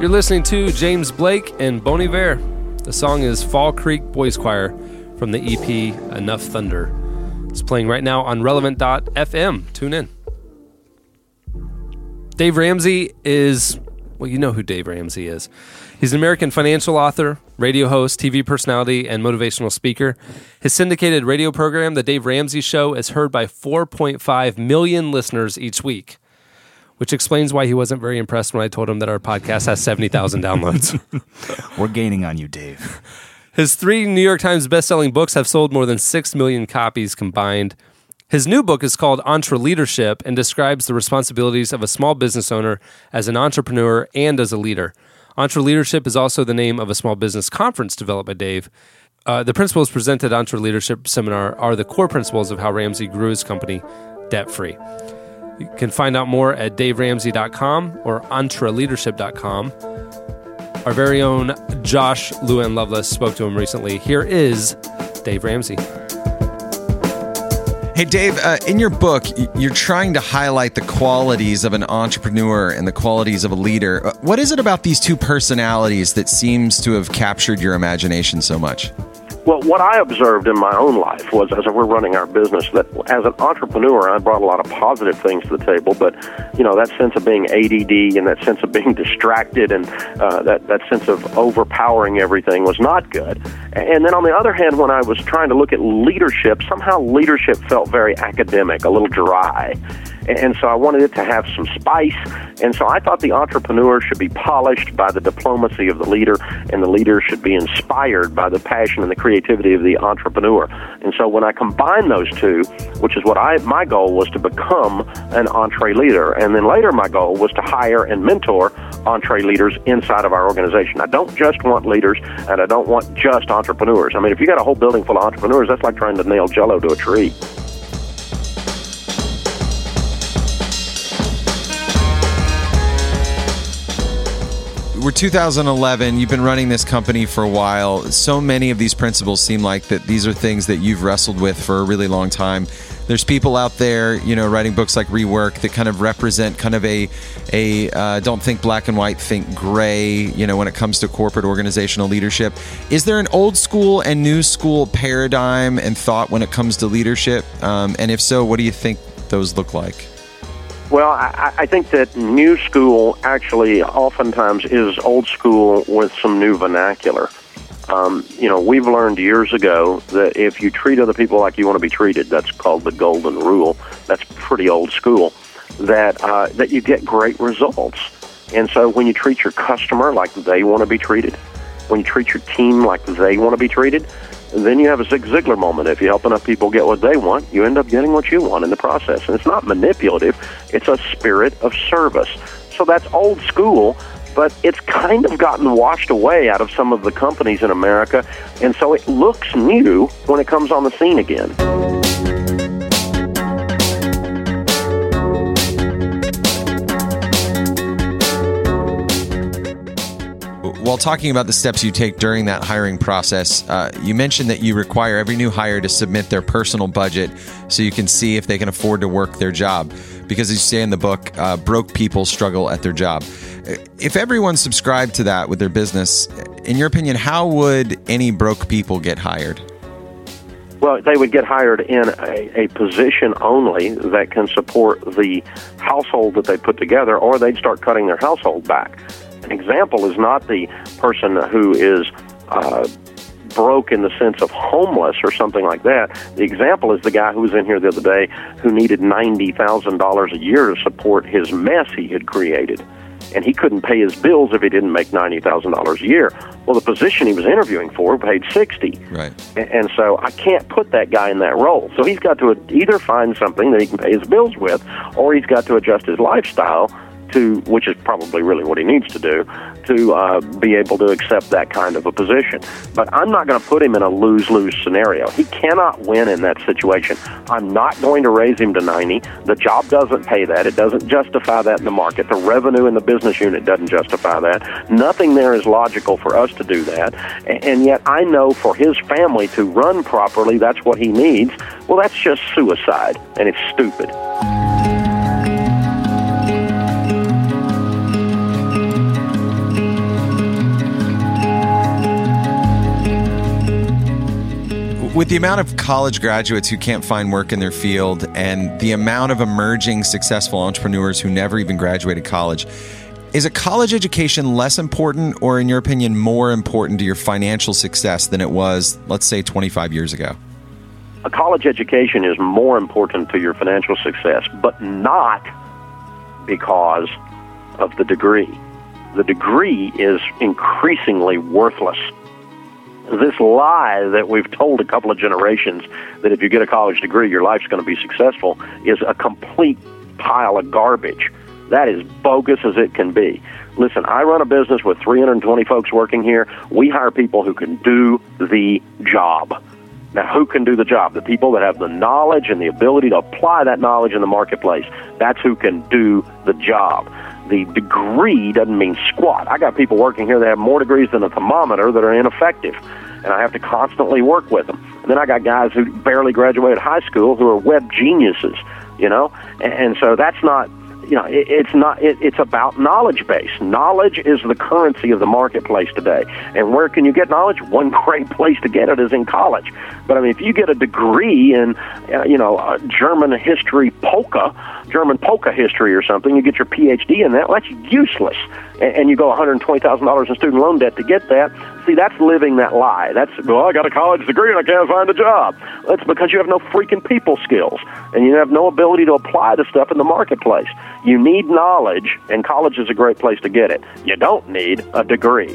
You're listening to James Blake and Bon Iver. The song is Fall Creek Boys Choir from the EP Enough Thunder. It's playing right now on relevant.fm. Tune in. Dave Ramsey is, well, you know who Dave Ramsey is. He's an American financial author, radio host, TV personality, and motivational speaker. His syndicated radio program, The Dave Ramsey Show, is heard by 4.5 million listeners each week, which explains why he wasn't very impressed when I told him that our podcast has 70,000 downloads.
We're gaining on you, Dave.
His three New York Times best-selling books have sold more than six million copies combined. His new book is called Entre Leadership and describes the responsibilities of a small business owner as an entrepreneur and as a leader. Entre Leadership is also the name of a small business conference developed by Dave. Uh, the principles presented at Entre Leadership Seminar are the core principles of how Ramsey grew his company debt-free. You can find out more at daveramsey.com or entreleadership.com. Our very own Josh Lewin Lovelace spoke to him recently. Here is Dave Ramsey.
Hey, Dave, uh, in your book, y- you're trying to highlight the qualities of an entrepreneur and the qualities of a leader. Uh, What is it about these two personalities that seems to have captured your imagination so much?
Well, what I observed in my own life was as we're running our business that as an entrepreneur, I brought a lot of positive things to the table, but you know that sense of being ADD and that sense of being distracted and uh, that that sense of overpowering everything was not good. And then on the other hand, when I was trying to look at leadership, somehow leadership felt very academic, a little dry. And so I wanted it to have some spice. And so I thought the entrepreneur should be polished by the diplomacy of the leader, and the leader should be inspired by the passion and the creativity of the entrepreneur. And so when I combine those two, which is what I my goal was to become an entree leader, and then later my goal was to hire and mentor entree leaders inside of our organization. I don't just want leaders, and I don't want just entrepreneurs. I mean, if you got a whole building full of entrepreneurs, that's like trying to nail Jello to a tree.
We're 2011. You've been running this company for a while. So many of these principles seem like that these are things that you've wrestled with for a really long time. There's people out there, you know, writing books like Rework that kind of represent kind of a a uh, don't think black and white, think gray. You know, when it comes to corporate organizational leadership, is there an old school and new school paradigm and thought when it comes to leadership? Um, and if so, what do you think those look like?
Well, I, I think that new school actually oftentimes is old school with some new vernacular. Um, you know, we've learned years ago that if you treat other people like you want to be treated, that's called the golden rule. That's pretty old school. That uh, that you get great results. And so when you treat your customer like they want to be treated, when you treat your team like they want to be treated, then you have a Zig Ziglar moment. If you help enough people get what they want, you end up getting what you want in the process. And it's not manipulative, it's a spirit of service. So that's old school, but it's kind of gotten washed away out of some of the companies in America. And so it looks new when it comes on the scene again.
While talking about the steps you take during that hiring process, uh, you mentioned that you require every new hire to submit their personal budget so you can see if they can afford to work their job. Because as you say in the book, uh, broke people struggle at their job. Uh, If everyone subscribed to that with their business, in your opinion, how would any broke people get hired?
Well, they would get hired in a, a position only that can support the household that they put together, or they'd start cutting their household back. An example is not the person who is uh, broke in the sense of homeless or something like that. The example is the guy who was in here the other day who needed $90,000 a year to support his mess he had created. And he couldn't pay his bills if he didn't make $90,000 a year. Well, the position he was interviewing for paid 60.
Right.
And- and so I can't put that guy in that role. So he's got to either find something that he can pay his bills with, or he's got to adjust his lifestyle to, which is probably really what he needs to do, to uh, be able to accept that kind of a position. But I'm not going to put him in a lose lose scenario. He cannot win in that situation. I'm not going to raise him to 90. The job doesn't pay that. It doesn't justify that in the market. The revenue in the business unit doesn't justify that. Nothing there is logical for us to do that. A- And yet I know for his family to run properly, that's what he needs. Well, that's just suicide, and it's stupid.
With the amount of college graduates who can't find work in their field and the amount of emerging successful entrepreneurs who never even graduated college, is a college education less important or, in your opinion, more important to your financial success than it was, let's say, 25 years ago?
a college education is more important to your financial success, but not because of the degree. The degree is increasingly worthless. This lie that we've told a couple of generations that if you get a college degree, your life's going to be successful is a complete pile of garbage. That is bogus as it can be. Listen, I run a business with 320 folks working here. We hire people who can do the job. Now, who can do the job? The people that have the knowledge and the ability to apply that knowledge in the marketplace. That's who can do the job. The degree doesn't mean squat. I got people working here that have more degrees than a thermometer that are ineffective, and I have to constantly work with them. And then I got guys who barely graduated high school who are web geniuses, you know? And, and so that's not you know, it, it's not. It, it's about knowledge base. Knowledge is the currency of the marketplace today. And where can you get knowledge? One great place to get it is in college. But I mean, if you get a degree in, uh, you know, uh, German history polka, German polka history or something, you get your PhD in that. Well, that's useless. And, and you go $120,000 in student loan debt to get that. See, that's living that lie. That's well, I got a college degree and I can't find a job. That's because you have no freaking people skills and you have no ability to apply the stuff in the marketplace. You need knowledge, and college is a great place to get it. You don't need a degree.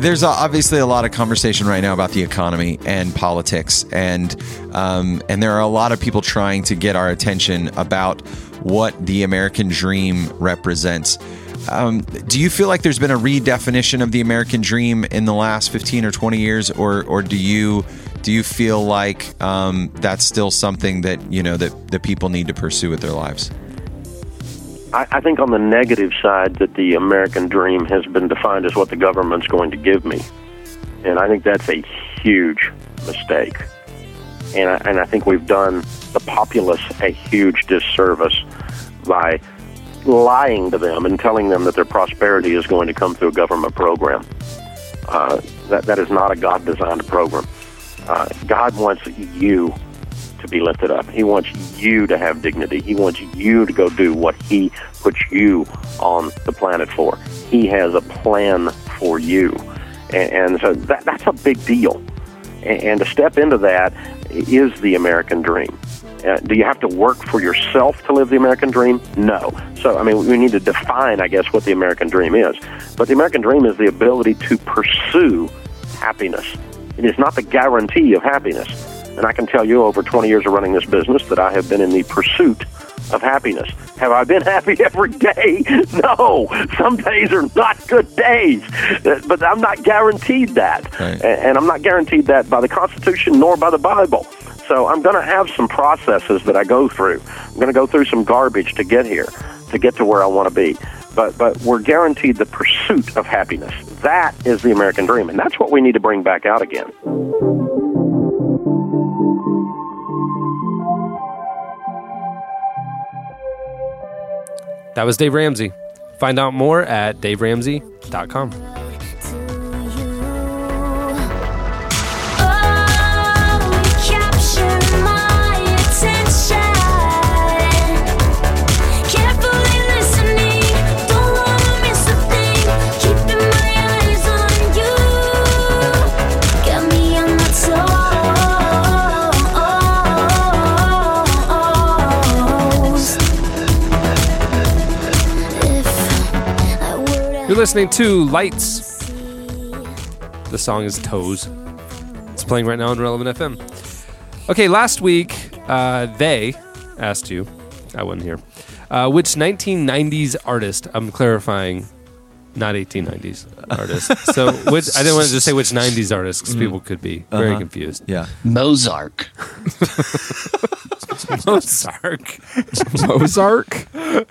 there's a- obviously a lot of conversation right now about the economy and politics, and um, and there are a lot of people trying to get our attention about what the American dream represents. Um, do you feel like there's been a redefinition of the American dream in the last 15 or 20 years, or or do you do you feel like um, that's still something that you know that that people need to pursue with their lives?
I, I think on the negative side that the American dream has been defined as what the government's going to give me, and I think that's a huge mistake. And I, and I think we've done the populace a huge disservice by lying to them and telling them that their prosperity is going to come through a government program. Uh, that, that is not a God designed program. Uh, God wants you to be lifted up. He wants you to have dignity. He wants you to go do what He puts you on the planet for. He has a plan for you. And, and so that, that's a big deal. And, and to step into that is the American dream. Uh, do you have to work for yourself to live the American dream? No. So, I mean, we need to define, I guess, what the American dream is. But the American dream is the ability to pursue happiness. It is not the guarantee of happiness. And I can tell you over 20 years of running this business that I have been in the pursuit of happiness. Have I been happy every day? No. Some days are not good days. Uh, But I'm not guaranteed that.
Right.
A- And I'm not guaranteed that by the Constitution nor by the Bible. So I'm going to have some processes that I go through. I'm going to go through some garbage to get here, to get to where I want to be. But, but we're guaranteed the pursuit of happiness. That is the American dream. And that's what we need to bring back out again.
That was Dave Ramsey. Find out more at daveramsey.com. You're listening to Lights. The song is Toes. It's playing right now on Relevant FM. Okay, last week uh, they asked you, I wasn't here, uh, which 1990s artist, I'm clarifying, not 1890s artist. so which, I didn't want to just say which 90s artist 'cause
Mm.
people could be very
Uh-huh.
confused.
Yeah.
Mozart.
Mozart.
Mozart?
I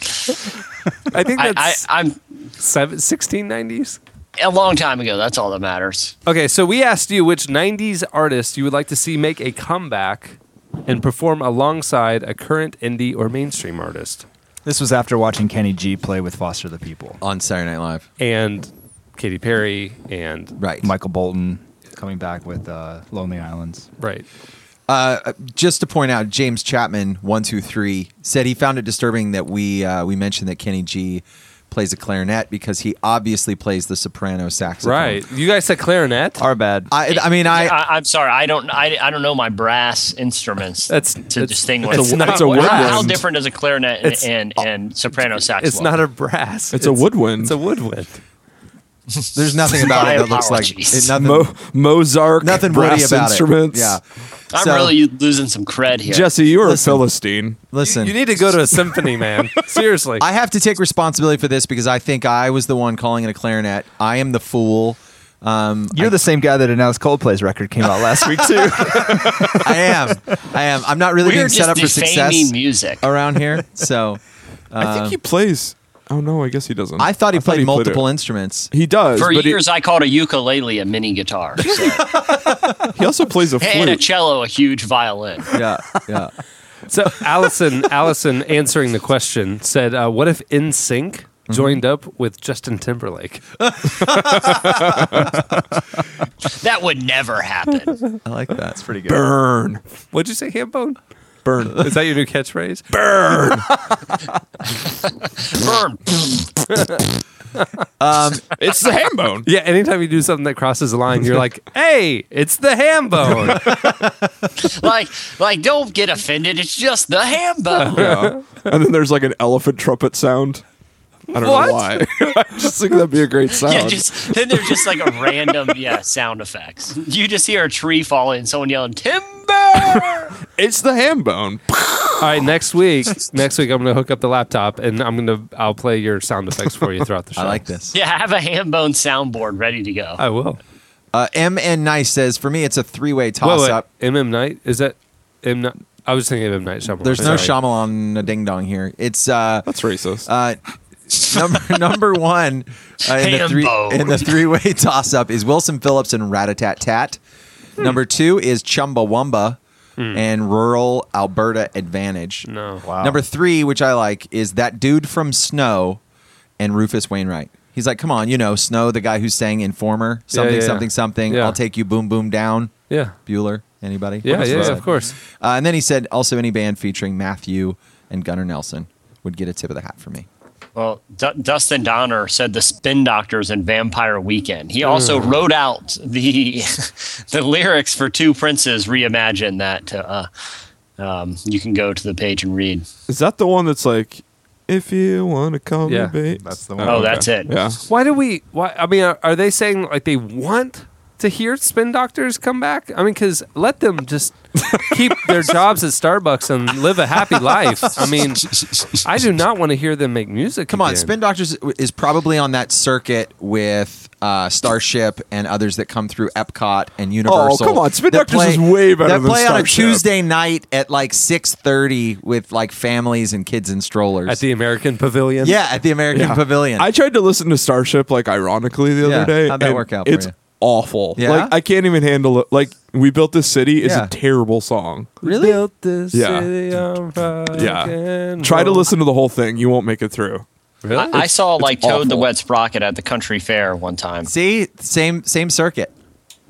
think
I-
that's
I, am
seven, 1690s.
A long time ago. That's all that matters.
Okay, so we asked you which 90s artist you would like to see make a comeback and perform alongside a current indie or mainstream artist.
This was after watching Kenny G play with Foster the People
on Saturday Night Live,
and Katy Perry and
right.
Michael Bolton coming back with uh, Lonely Islands.
Right.
Uh, just to point out, James Chapman one two three said he found it disturbing that we uh, we mentioned that Kenny G plays a clarinet because he obviously plays the soprano saxophone.
Right. You guys said clarinet.
Our bad.
I, I mean, I,
I, am sorry. I don't. I, I don't know my brass instruments.
That's-
to
it's-
distinguish.
it's not- it's a
how, how
woodwind.
different is a clarinet and
It's-
and, and soprano saxophone?
It's not a brass.
It's a woodwind.
It's a woodwind.
There's nothing about it that looks like it, nothing.
Mo- Mozart,
nothing
brass
woody about
instruments.
it. Yeah.
I'm
So-
really losing some cred here.
Jesse, you are a philistine.
Listen,
You need to go to a symphony, man. Seriously.
I have to take responsibility for this because I think I was the one calling it a clarinet. I am the fool. Um,
You're the same guy that announced Coldplay's record came out last week too.
I am. I am. I'm not really
We're
being
just
set up for
defaming
success
music.
around here. So um,
I think he plays. Oh no, I guess he doesn't.
I thought he played multiple
it.
instruments.
he does.
For
but he-
years, I called a ukulele a mini guitar, so-
he, also plays a
and a
flute.
cello a huge violin.
Yeah, yeah.
So Allison, Allison answering the question said, uh, "What if In Sync
Mm-hmm.
joined up with Justin Timberlake?"
That would never happen.
I like that.
pretty good.
Burn,
What'd you say, Hambone?
burn.
Is that your new catchphrase?
Burn.
Um,
it's the ham bone.
Yeah, anytime you do something that crosses a line, you're like, "Hey, it's the ham bone."
like, like, don't get offended. It's just the ham bone.
Yeah. And then there's like an elephant trumpet sound. I don't
What?
know why. I just think that'd be a great sound.
Yeah, just then there's just like a random yeah sound effects. You just hear a tree falling and someone yelling timber.
it's the ham bone.
All right, next week, next week I'm going to hook up the laptop and I'm going to I'll play your sound effects for you throughout the show.
I like this.
Yeah, have a ham bone soundboard ready to go.
I will.
Uh, M and Nice says for me it's a three way
Wait,
toss
wait,
up.
MM Night is that M Night? I was thinking of M Night Shyamalan.
There's no
Sorry.
Shyamalan ding dong here. It's uh,
That's racist.
uh, number number one uh, in, the three,
Hambo.
in the three way
Hmm.
toss up is Wilson Phillips and Rat a Tat Tat. Number two is Chumbawamba. and Rural Alberta Advantage.
No.
Wow.
Number three, which I like, is that dude from Snow and Rufus Wainwright. He's like, come on, you know, Snow, the guy who sang Informer, something,
yeah, yeah.
something, something.
Yeah.
I'll take you boom, boom down.
Yeah.
Bueller, anybody?
Yeah,
What else
yeah,
was
yeah,
it?
of course.
Uh, and then he said also any band featuring Matthew and Gunnar Nelson would get a tip of the hat for me.
Well, D- Dustin Donner said the Spin Doctors and Vampire Weekend. He also
Mm.
wrote out the the lyrics for Two Princes Reimagine that uh, um, you can go to the page and read.
Is that the one that's like, if you want to call
Yeah.
me babe?
That's the one. Oh, that's it.
Yeah.
Why do we? Why? I mean, are, are they saying like they want to hear spin doctors come back? I mean, because let them just keep their jobs at Starbucks and live a happy life. I mean, I do not want to hear them make music.
Come on, Spin Doctors is probably on that circuit with uh, Starship and others that come through Epcot and Universal.
Oh, come on, Spin
that
Doctors is way better
That
than
play on a
Starship.
Tuesday night at like six thirty with like families and kids in strollers
at the American Pavilion.
Yeah, at the American
Yeah.
Pavilion.
I tried to listen to Starship like ironically the
Yeah,
other day.
how'd that
and
work out for
It's
you?
awful.
Yeah?
Like I can't even handle it. Like we built this city is
Yeah.
a terrible song.
really?
Built this
Yeah.
city on rock
Yeah.
and
Try to
roll.
listen to the whole thing. You won't make it through.
Really?
I, I saw like Toad the
awful.
Wet Sprocket at the country fair one time.
See, same same circuit.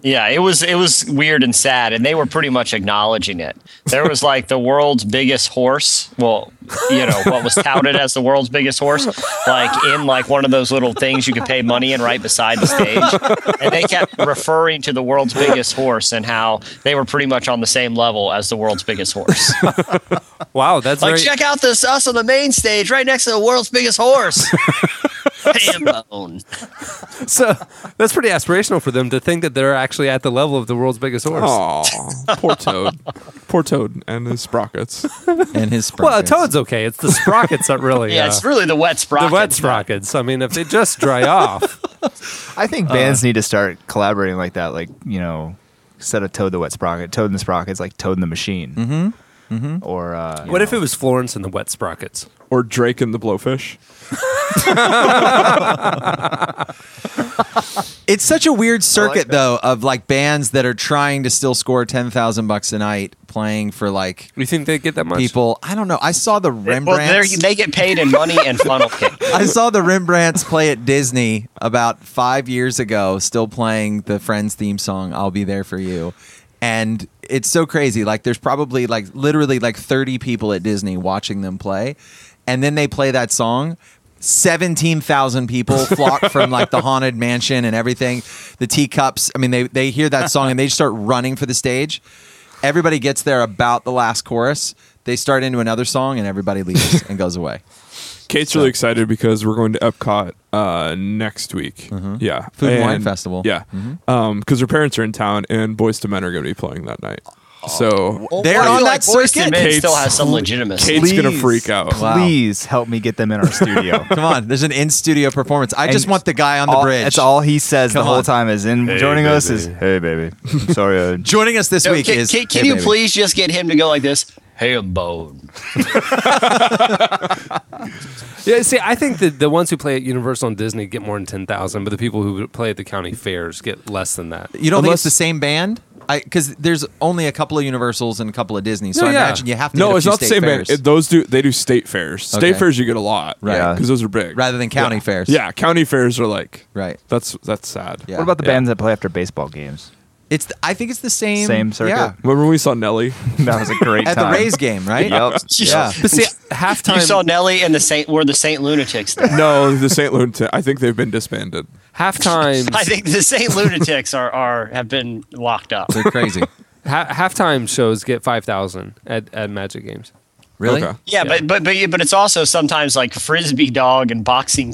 Yeah, it was it was weird and sad, and they were pretty much acknowledging it. There was like the world's biggest horse. Well, you know what was touted as the world's biggest horse, like in like one of those little things you could pay money in right beside the stage, and they kept referring to the world's biggest horse and how they were pretty much on the same level as the world's biggest horse.
Wow, that's
like,
very-
check out this us on the main stage, right next to the world's biggest horse. Damn bone.
so that's pretty aspirational for them to think that they're actually at the level of the world's biggest horse.
Oh, poor Toad. poor Toad and his sprockets.
And his
Well, a
sprockets.
toad's okay. It's the sprockets that really.
Yeah,
uh,
it's really the wet sprocket.
the wet sprockets. I mean, if they just dry off,
I
Uh,
think bands need to start collaborating like that, like you know, instead of Toad the Wet Sprocket, Toad in the Sprocket's like Toad in the Machine, mm-hmm. Mm-hmm. or uh,
what if it was Florence and the wet sprockets?
Or Drake and the Blowfish.
It's such a weird circuit though of like bands that are trying to still score ten thousand bucks a night playing for like
You think they get that much?
people. I don't know. I saw the
Well, they're-
Rembrandts.
they get paid in money and funnel cake.
I saw the Rembrandts play at Disney about five years ago, still playing the Friends theme song, I'll Be There For You. And it's so crazy. Like, there's probably like literally like 30 people at Disney watching them play. And then they play that song. 17,000 people flock from like the haunted mansion and everything. The teacups. I mean, they, they hear that song and they just start running for the stage. Everybody gets there about the last chorus. They start into another song and everybody leaves and goes away.
Kate's really excited because we're going to Epcot uh, next week. Yeah,
Mm-hmm. Food and Wine Festival. Mm-hmm.
Yeah, because her parents are in town, and Boys to Men are going to be playing that night.
Oh,
So
They're
I feel
on
like
that
Boyz II
circuit.
Men
Kate's-
still has some legitimacy.
Kate's going to
Please.
freak out.
Wow.
please help me get them in our studio.
Come on, there's an in studio performance. I
And
just want the guy on the
all,
bridge.
That's all he says
Come
the whole
on.
time is in joining us is hey baby. I'm sorry. uh,
Joining us this
No,
week
can
is.
can, can
Hey,
you
baby.
please just get him to go like this? Ham bone.
Yeah, see, I think that the ones who play at Universal and Disney get more than ten thousand, but the people who play at the county fairs get less than that.
You don't think
Unless-
it's the same band? Because there's only a couple of Universals and a couple of Disney, so
No,
I
yeah.
imagine you have to.
No,
hit a
it's
few
not the
state
same
fairs.
band. It- those do they do state fairs. State
Okay.
fairs you get a lot,
Right.
Yeah, because those are big.
Rather than county
Yeah.
fairs.
Yeah, county fairs are like
Right.
That's that's sad.
Yeah.
What about the
Yeah.
bands that play after baseball games?
It's. th- I think it's the same.
Same circuit?
Yeah.
Remember when we saw Nelly?
That was a great
At the
time.
Rays game, right?
Yep.
Yeah.
But see, halftime.
You saw Nelly and the Saint were the Saint Lunatics. There.
no, the St. Louis. I think they've been disbanded.
halftime.
I think the Saint Lunatics are, are have been locked up.
They're crazy.
ha- halftime shows get five thousand at at Magic games.
Really?
Okay.
Yeah, but but but but it's also sometimes like frisbee dog and boxing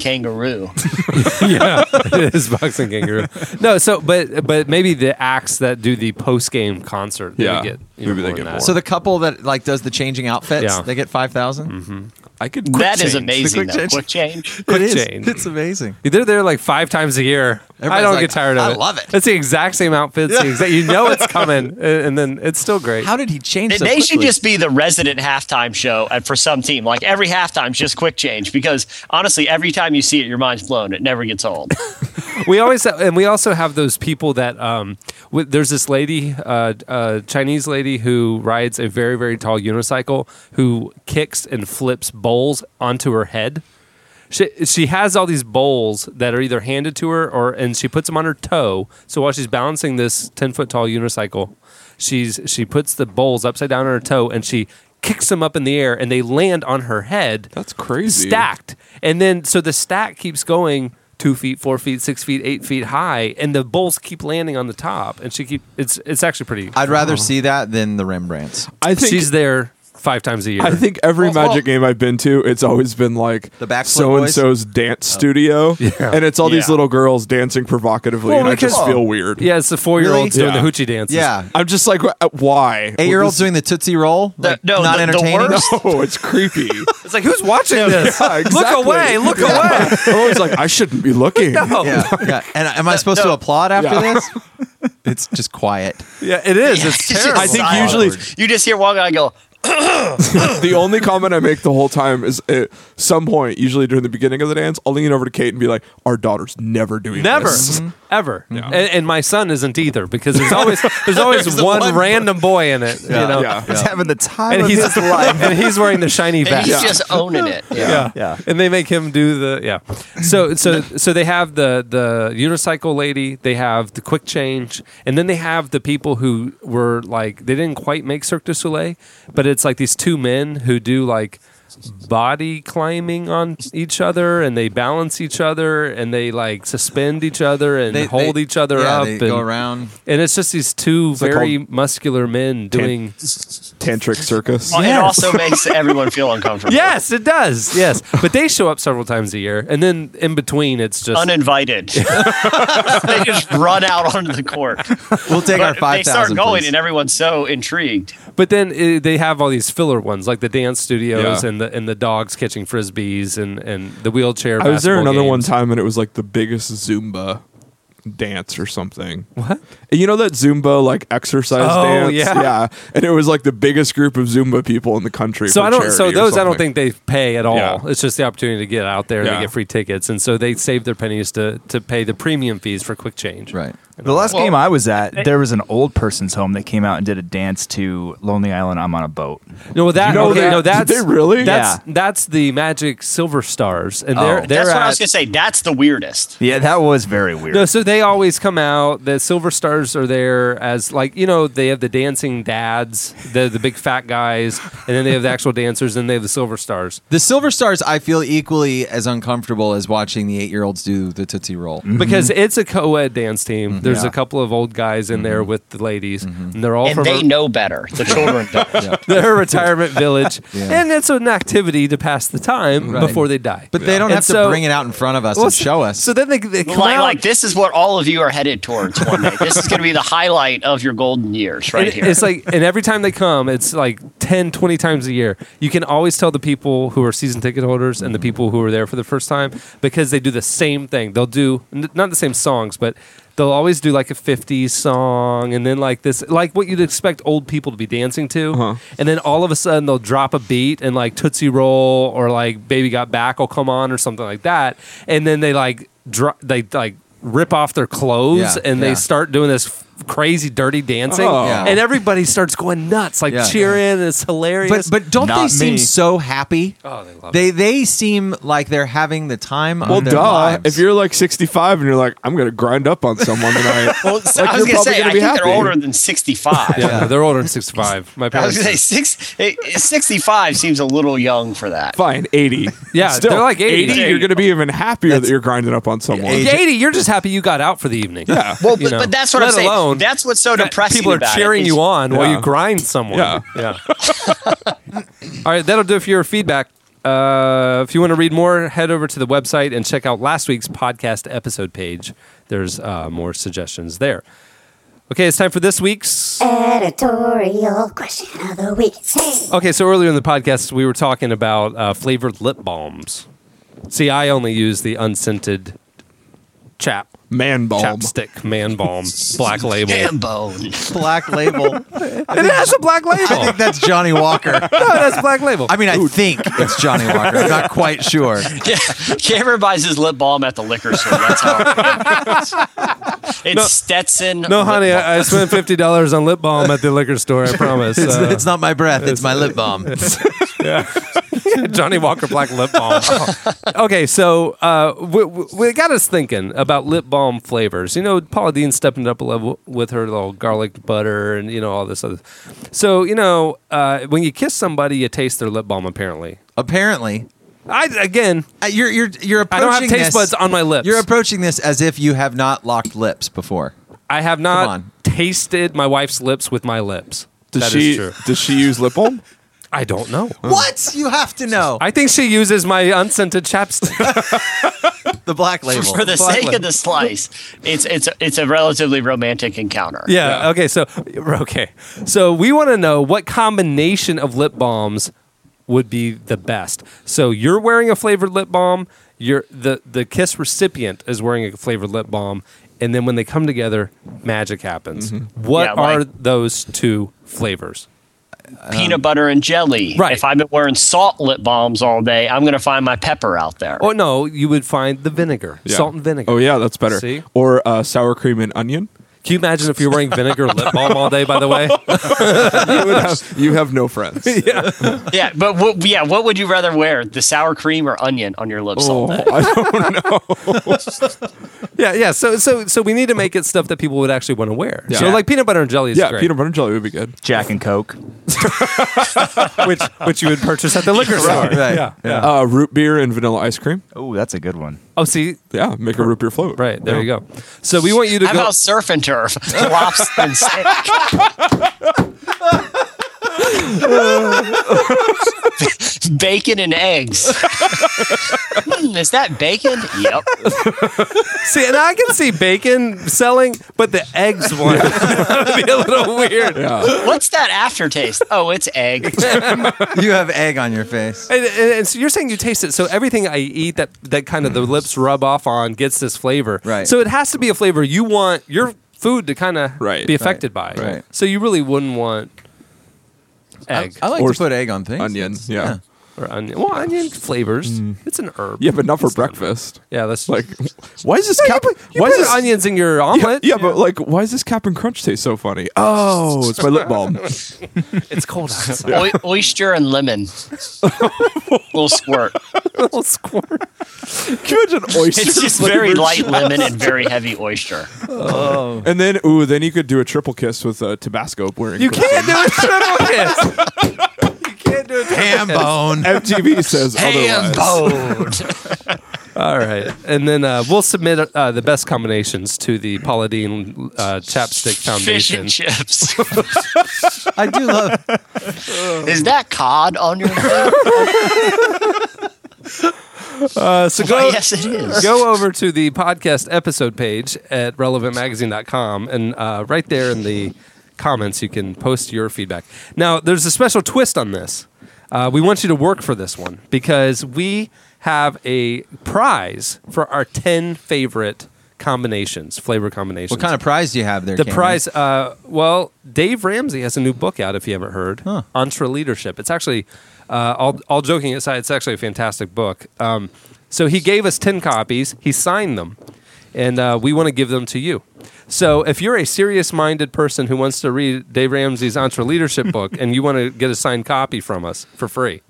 kangaroo.
yeah, it is boxing kangaroo. No, so but but maybe the acts that do the post game concert,
Yeah.
they get you know,
Maybe they get
more than
more.
that.
So the couple that like does the changing outfits,
Yeah.
Mm-hmm.
they get five thousand.
I could.
That is amazing, though. Quick change.
Quick
It is.
change.
It's amazing.
They're there like five times a year. I
Everybody's
don't
like,
get tired of
"I
it.
love it.
It's the exact same outfits. the exact- you know it's coming, and- and then it's still great.
How did he change?
They,
so
they should
quickly?
just be the resident halftime show and for some team. Like every halftime's just quick change because honestly, every time you see it, your mind's blown. It never gets old.
we always and we also have those people that um with, there's this lady uh, uh chinese lady who rides a very very tall unicycle who kicks and flips bowls onto her head she, she has all these bowls that are either handed to her or and she puts them on her toe so while she's balancing this 10 foot tall unicycle she's she puts the bowls upside down on her toe and she kicks them up in the air and they land on her head
That's crazy.
stacked. And then so the stack keeps going two feet, four feet, six feet, eight feet high, and the bowls keep landing on the top. And she keep it's it's actually pretty.
I'd rather see that than the Rembrandts.
Oh. I think
she's there five times a year.
I think every
Well, well-
Magic game I've been to, it's always been like
The Backstreet
so and so's dance studio, and it's all these
Yeah.
little girls dancing provocatively,
Well,
and I just
because-
feel weird.
yeah, it's the four year olds
Really?
doing the
Yeah.
hoochie dances.
Yeah,
I'm just like, wh- why?
eight year olds
Well,
doing the Tootsie Roll.
The-
Like,
no,
not
the- the
entertaining.
worst-
this- No, it's creepy.
it's like who's watching this?
Yeah, exactly.
Look away! Look away!
I'm always like, I shouldn't be looking.
Yeah, yeah. And am I supposed to applaud after this? It's just quiet.
Yeah, it is.
It's
It's
just
terrible.
I think
silent.
usually-
you just hear one guy go,
the only comment I make the whole time is at some point, usually during the beginning of the dance, I'll lean over to Kate and be like, "Our daughter's never doing
Never,
this."
Mm-hmm.
ever, and, and my son isn't either because there's always there's always
There's the
one,
one-
random boy in it, you know,
Yeah.
He's having the time
and
of
he's
his life.
and he's wearing the shiny
and
vest.
he's just owning it. Yeah.
yeah. And they make him do the yeah. So so so they have the the unicycle lady, they have the quick change, and then they have the people who were like they didn't quite make Cirque du Soleil, but it's like these two men who do like body climbing on each other and they balance each other and they like suspend each other and
They-
hold
they-
each other
yeah,
up
They
and
go around.
and it's just these two
like
very
called-
muscular men doing
Tantric circus.
Well, "Oh," It also makes everyone feel uncomfortable.
Yes, it does. Yes, but they show up several times a year, and then in between, it's just
Uninvited. they just run out onto the court.
We'll take our
But
five
they start
thousand.
going, and everyone's so intrigued.
But then uh, they have all these filler ones, like the dance studios
Yeah.
and the and the dogs catching frisbees and and the wheelchair.
I was there
basketball
another one
games.
time, and it was like the biggest Zumba dance or something. What? You know that Zumba like exercise
Oh,
dance?
yeah.
And it was like the biggest group of Zumba people in the country.
So
for
I don't.
charity
So
or
those I don't
something.
think they pay at all.
Yeah.
It's just the opportunity to get out there and
Yeah.
they get free tickets, and so they save their pennies to to pay the premium fees for quick change.
Right.
The last game I was at, there was an old person's home that came out and did a dance to "Lonely Island." I'm on a boat.
No, well, that
You know
okay,
that-
no,
did
that's
they really?
That's
Yeah.
that's the Magic Silver Stars, and they're
Oh.
they're
That's what I
at-
was going to say. That's the weirdest.
Yeah, that was very weird.
No, so they always come out. The Silver Stars are there as like you know they have the dancing dads, the the big fat guys, and then they have the actual dancers, and they have the Silver Stars.
The Silver Stars, I feel equally as uncomfortable as watching the eight year olds do the Tootsie Roll. Mm-hmm.
Because it's a co-ed dance team. There's
Yeah.
a couple of old guys in there with the ladies, and they're all
and
from
they
a-
know better. The children don't.
their retirement village,
Yeah.
and it's an activity to pass the time
Right.
before they die.
But they don't
And
have to
so-
bring it out in front of us
Well,
and
so-
show us.
So then they, they come
like,
out.
like this is what all of you are headed towards one day. This is going to be the highlight of your golden years right
And
here.
It's like, and every time they come, it's like 10, 20 times a year. You can always tell the people who are season ticket holders and the people who are there for the first time because they do the same thing. They'll do n- not the same songs, but they'll always do like a 50s song and then like this, like what you'd expect old people to be dancing to. And then all of a sudden they'll drop a beat and like Tootsie Roll or like Baby Got Back will come on or something like that. And then they like, dro- they like, rip off their clothes
Yeah,
and they
yeah.
start doing this f- crazy dirty dancing
Oh.
Yeah.
and everybody starts going nuts, like
Yeah.
cheering. and It's
but
hilarious.
but don't
Not
they seem
me.
so happy?
Oh, they love
they they seem like they're having the time
Well,
of their
duh.
lives.
If you're like 65 and you're like, I'm gonna grind up on someone tonight.
Well, so
Like,
I
you're
was going to
probably
say,
gonna
I
be
think they're
happy.
older than 65.
yeah, they're older than sixty-five. My
I was
parents.
going to say, six, eh, eh, 65 seems a little young for that.
Fine, 80.
Yeah,
Still,
they're like 80.
80. You're gonna be even happier that you're grinding up on someone.
Yeah, eighty. You're just happy you got out for the evening.
Yeah.
Well,
You
but,
know,
but that's what
let
I'm saying.
alone
that's what's so
that
depressing.
People are
about it
cheering
is-
you on while
Yeah.
you grind someone.
Yeah.
yeah. All right, that'll do it for your feedback. Uh, if you want to read more, head over to the website and check out last week's podcast episode page. There's uh, more suggestions there. Okay, it's time for this week's.
Editorial question of the week. Hey,
Okay, so earlier in the podcast, we were talking about uh, flavored lip balms. See, I only use the unscented chap.
Man balm.
Chapstick man balm. black label.
Man balm.
Black label. it
has a black label.
I think that's Johnny Walker.
No, that's black label.
I mean, I think it's Johnny Walker. I'm not quite sure.
Yeah, Cameron buys his lip balm at the liquor store. That's how. it's Stetson.
No,
lip
honey, uh,
balm.
I, I spent fifty dollars on lip balm at the liquor store. I promise.
It's,
Uh,
it's not my breath. It's, my lip balm.
Um, Johnny Walker Black Lip Balm. okay, so uh, we, we we got us thinking about lip balm flavors. You know, Paula Dean stepping up a level with her little garlic butter and you know all this other. So you know, uh, when you kiss somebody, you taste their lip balm. Apparently,
Apparently,
I again,
Uh, you're you're you're
I
approaching
don't have taste
this-
buds on my lips.
You're approaching this as if you have not locked lips before.
I have
Come
not
on.
tasted my wife's lips with my lips. That
Does
is
she
true.
does she use lip balm?
I don't know.
What? You have to know
I think she uses my unscented chapstick.
the black label.
For the
Black
sake
lip.
of the slice, it's it's it's a relatively romantic encounter.
Yeah. Okay. So okay. So we want to know what combination of lip balms would be the best. So you're wearing a flavored lip balm. You're the the kiss recipient is wearing a flavored lip balm, and then when they come together, magic happens. What
Yeah,
are
like-
those two flavors?
Peanut butter and jelly.
right.
If I've been wearing salt lip balms all day, I'm going to find my pepper out there.
Oh no, you would find the vinegar,
Yeah.
salt and vinegar.
Oh yeah, that's better.
See?
Or uh, sour cream and onion.
Can you imagine if you're wearing vinegar lip balm all day? By the way,
You, would have, you have no friends.
Yeah, but what, yeah, what would you rather wear? The sour cream or onion on your lips all
Oh,
day?
I don't know.
yeah, yeah. So so so we need to make it stuff that people would actually want to wear.
Yeah.
So like peanut butter and jelly is
yeah,
great.
peanut butter and jelly would be good.
Jack and Coke.
which which you would purchase at the liquor store.
Right, right.
Yeah.
Uh, root beer and vanilla ice cream.
Oh, that's a good one.
Oh, see,
Yeah, make a root beer float.
right there you go. So we want you to
How
go.
about surf and turf? Lobster and steak. bacon and eggs. Hmm, is that bacon? Yep.
See, and I can see bacon selling, but the eggs one would be a little weird.
What's that aftertaste? Oh, it's egg.
you have egg on your face.
And, and, and so you're saying you taste it. So everything I eat that that kind of the lips rub off on gets this flavor.
Right.
So it has to be a flavor you want your food to kind of
Right.
be affected by.
Right.
So you really wouldn't want egg
I like
Or
to put egg on things.
Onion.
It's-
Yeah. yeah.
or onion. Well, onion flavors. It's an herb.
but not for breakfast.
Yeah, that's
Like, why is this
Yeah, you
cap?
put- you
why
put
is this
onions in your
Yeah,
omelet?
yeah, but like, why is this Captain Crunch taste so funny? Oh, it's my lip balm.
it's cold outside.
Oy- oyster and lemon. little squirt.
little squirt.
Can you imagine oysters?
It's just very light lemon and very heavy oyster.
Oh.
And then, ooh, then you could do a triple kiss with uh, Tabasco wearing.
You can't do a triple kiss. you can't do a triple
Ham
kiss.
bone.
MTV says otherwise.
Boned.
All right, and then uh, we'll submit uh, the best combinations to the Paula Deen uh, Chapstick
Fish
Foundation.
and chips.
I do love.
Is that cod on your lip?
Uh, so go,
yes, it is.
go over to the podcast episode page at relevantmagazine.com, and uh, right there in the comments, you can post your feedback. Now, there's a special twist on this. Uh, we want you to work for this one because we have a prize for our 10 favorite combinations, flavor combinations.
What kind of prize do you have there?
The
Cameron?
prize, uh, well, Dave Ramsey has a new book out. If you haven't heard,
Huh.
Entre Leadership. It's actually, uh, all, all joking aside, it's actually a fantastic book. Um, so he gave us ten copies. He signed them, and uh, we want to give them to you. So if you're a serious-minded person who wants to read Dave Ramsey's Entre Leadership book and you want to get a signed copy from us for free,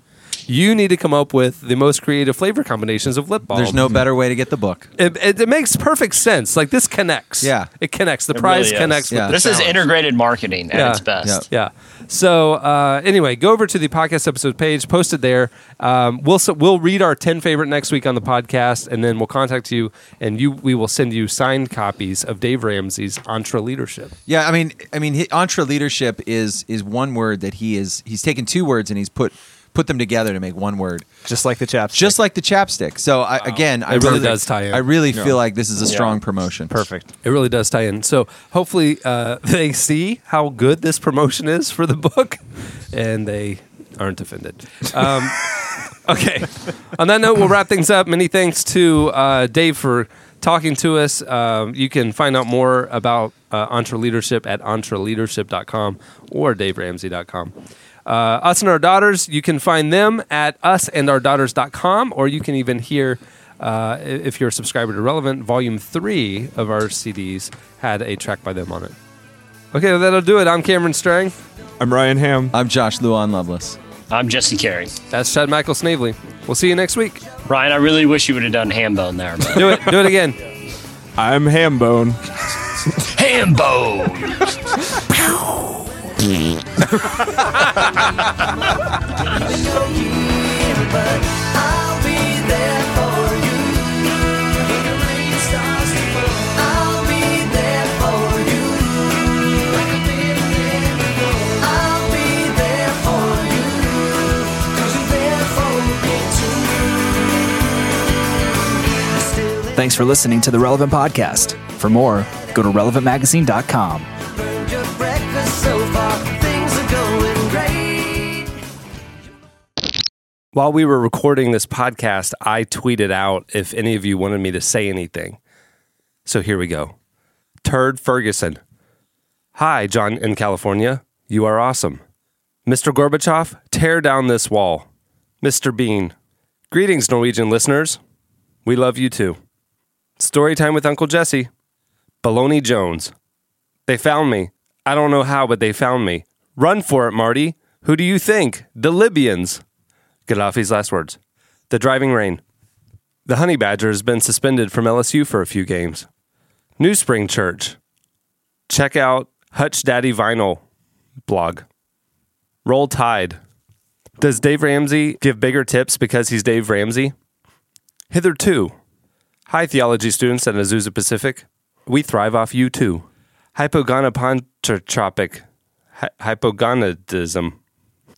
you need to come up with the most creative flavor combinations of lip balm.
There's no better way to get the book.
It, it, it makes perfect sense. Like this connects.
Yeah.
it connects. The
It
prize
really is.
connects.
Yeah.
With the
This is
challenge.
integrated marketing at
Yeah.
its best.
Yeah.
Yeah. So uh, anyway, go over to the podcast episode page, post it there. Um, we'll s- we'll read our ten favorite next week on the podcast, and then we'll contact you, and you we will send you signed copies of Dave Ramsey's Entre Leadership.
Yeah, I mean, I mean, he- entre leadership is is one word that he is he's taken two words and he's put put them together to make one word.
Just like the chapstick.
Just like the chapstick. So I, again, I
It
really,
really does tie in.
I really
Yeah.
feel like this is a
Yeah.
strong promotion.
Perfect.
It really does tie in. So hopefully uh, they see how good this promotion is for the book, and they aren't offended. Um, okay. On that note, we'll wrap things up. Many thanks to uh, Dave for talking to us. Um, you can find out more about uh, Entre Leadership at entreleadership.com or daveramsey.com. Uh, us and our daughters, you can find them at usandourdaughters.com, or you can even hear, uh, i- if you're a subscriber to Relevant, Volume 3 of our CDs had a track by them on it. Okay, that'll do it. I'm Cameron Strang.
I'm Ryan Ham.
I'm Josh Luan Loveless.
I'm Justin Carey.
That's Chad Michael Snavely. We'll see you next week.
Ryan, I really wish you would have done ham bone there. but-
Do it. Do it again.
I'm Hambone.
Hambone.
Thanks for listening to the Relevant Podcast. For more, go to relevantmagazine.com.
While we were recording this podcast, I tweeted out if any of you wanted me to say anything. So here we go. Turd Ferguson. Hi, John in California. You are awesome. Mr. Gorbachev, tear down this wall. Mr. Bean. Greetings, Norwegian listeners. We love you too. Story time with Uncle Jesse. Baloney Jones. They found me. I don't know how, but they found me. Run for it, Marty. Who do you think? The Libyans. Gaddafi's last words. The driving rain. The honey badger has been suspended from LSU for a few games. New Spring Church. Check out Hutch Daddy Vinyl blog. Roll Tide. Does Dave Ramsey give bigger tips because he's Dave Ramsey? Hitherto. Hi, theology students at Azusa Pacific. We thrive off you too. Hypogonopontropic. Hy- hypogonadism.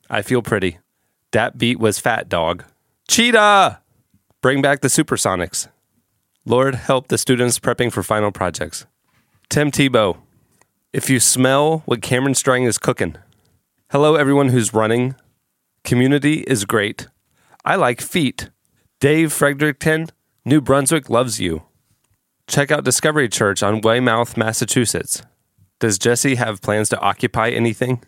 I feel pretty. That beat was fat dog. Cheetah! Bring back the supersonics. Lord, help the students prepping for final projects. Tim Tebow. If you smell what Cameron Strang is cooking. Hello, everyone who's running. Community is great. I like feet. Dave Fredericton, New Brunswick loves you. Check out Discovery Church on Weymouth, Massachusetts. Does Jesse have plans to occupy anything?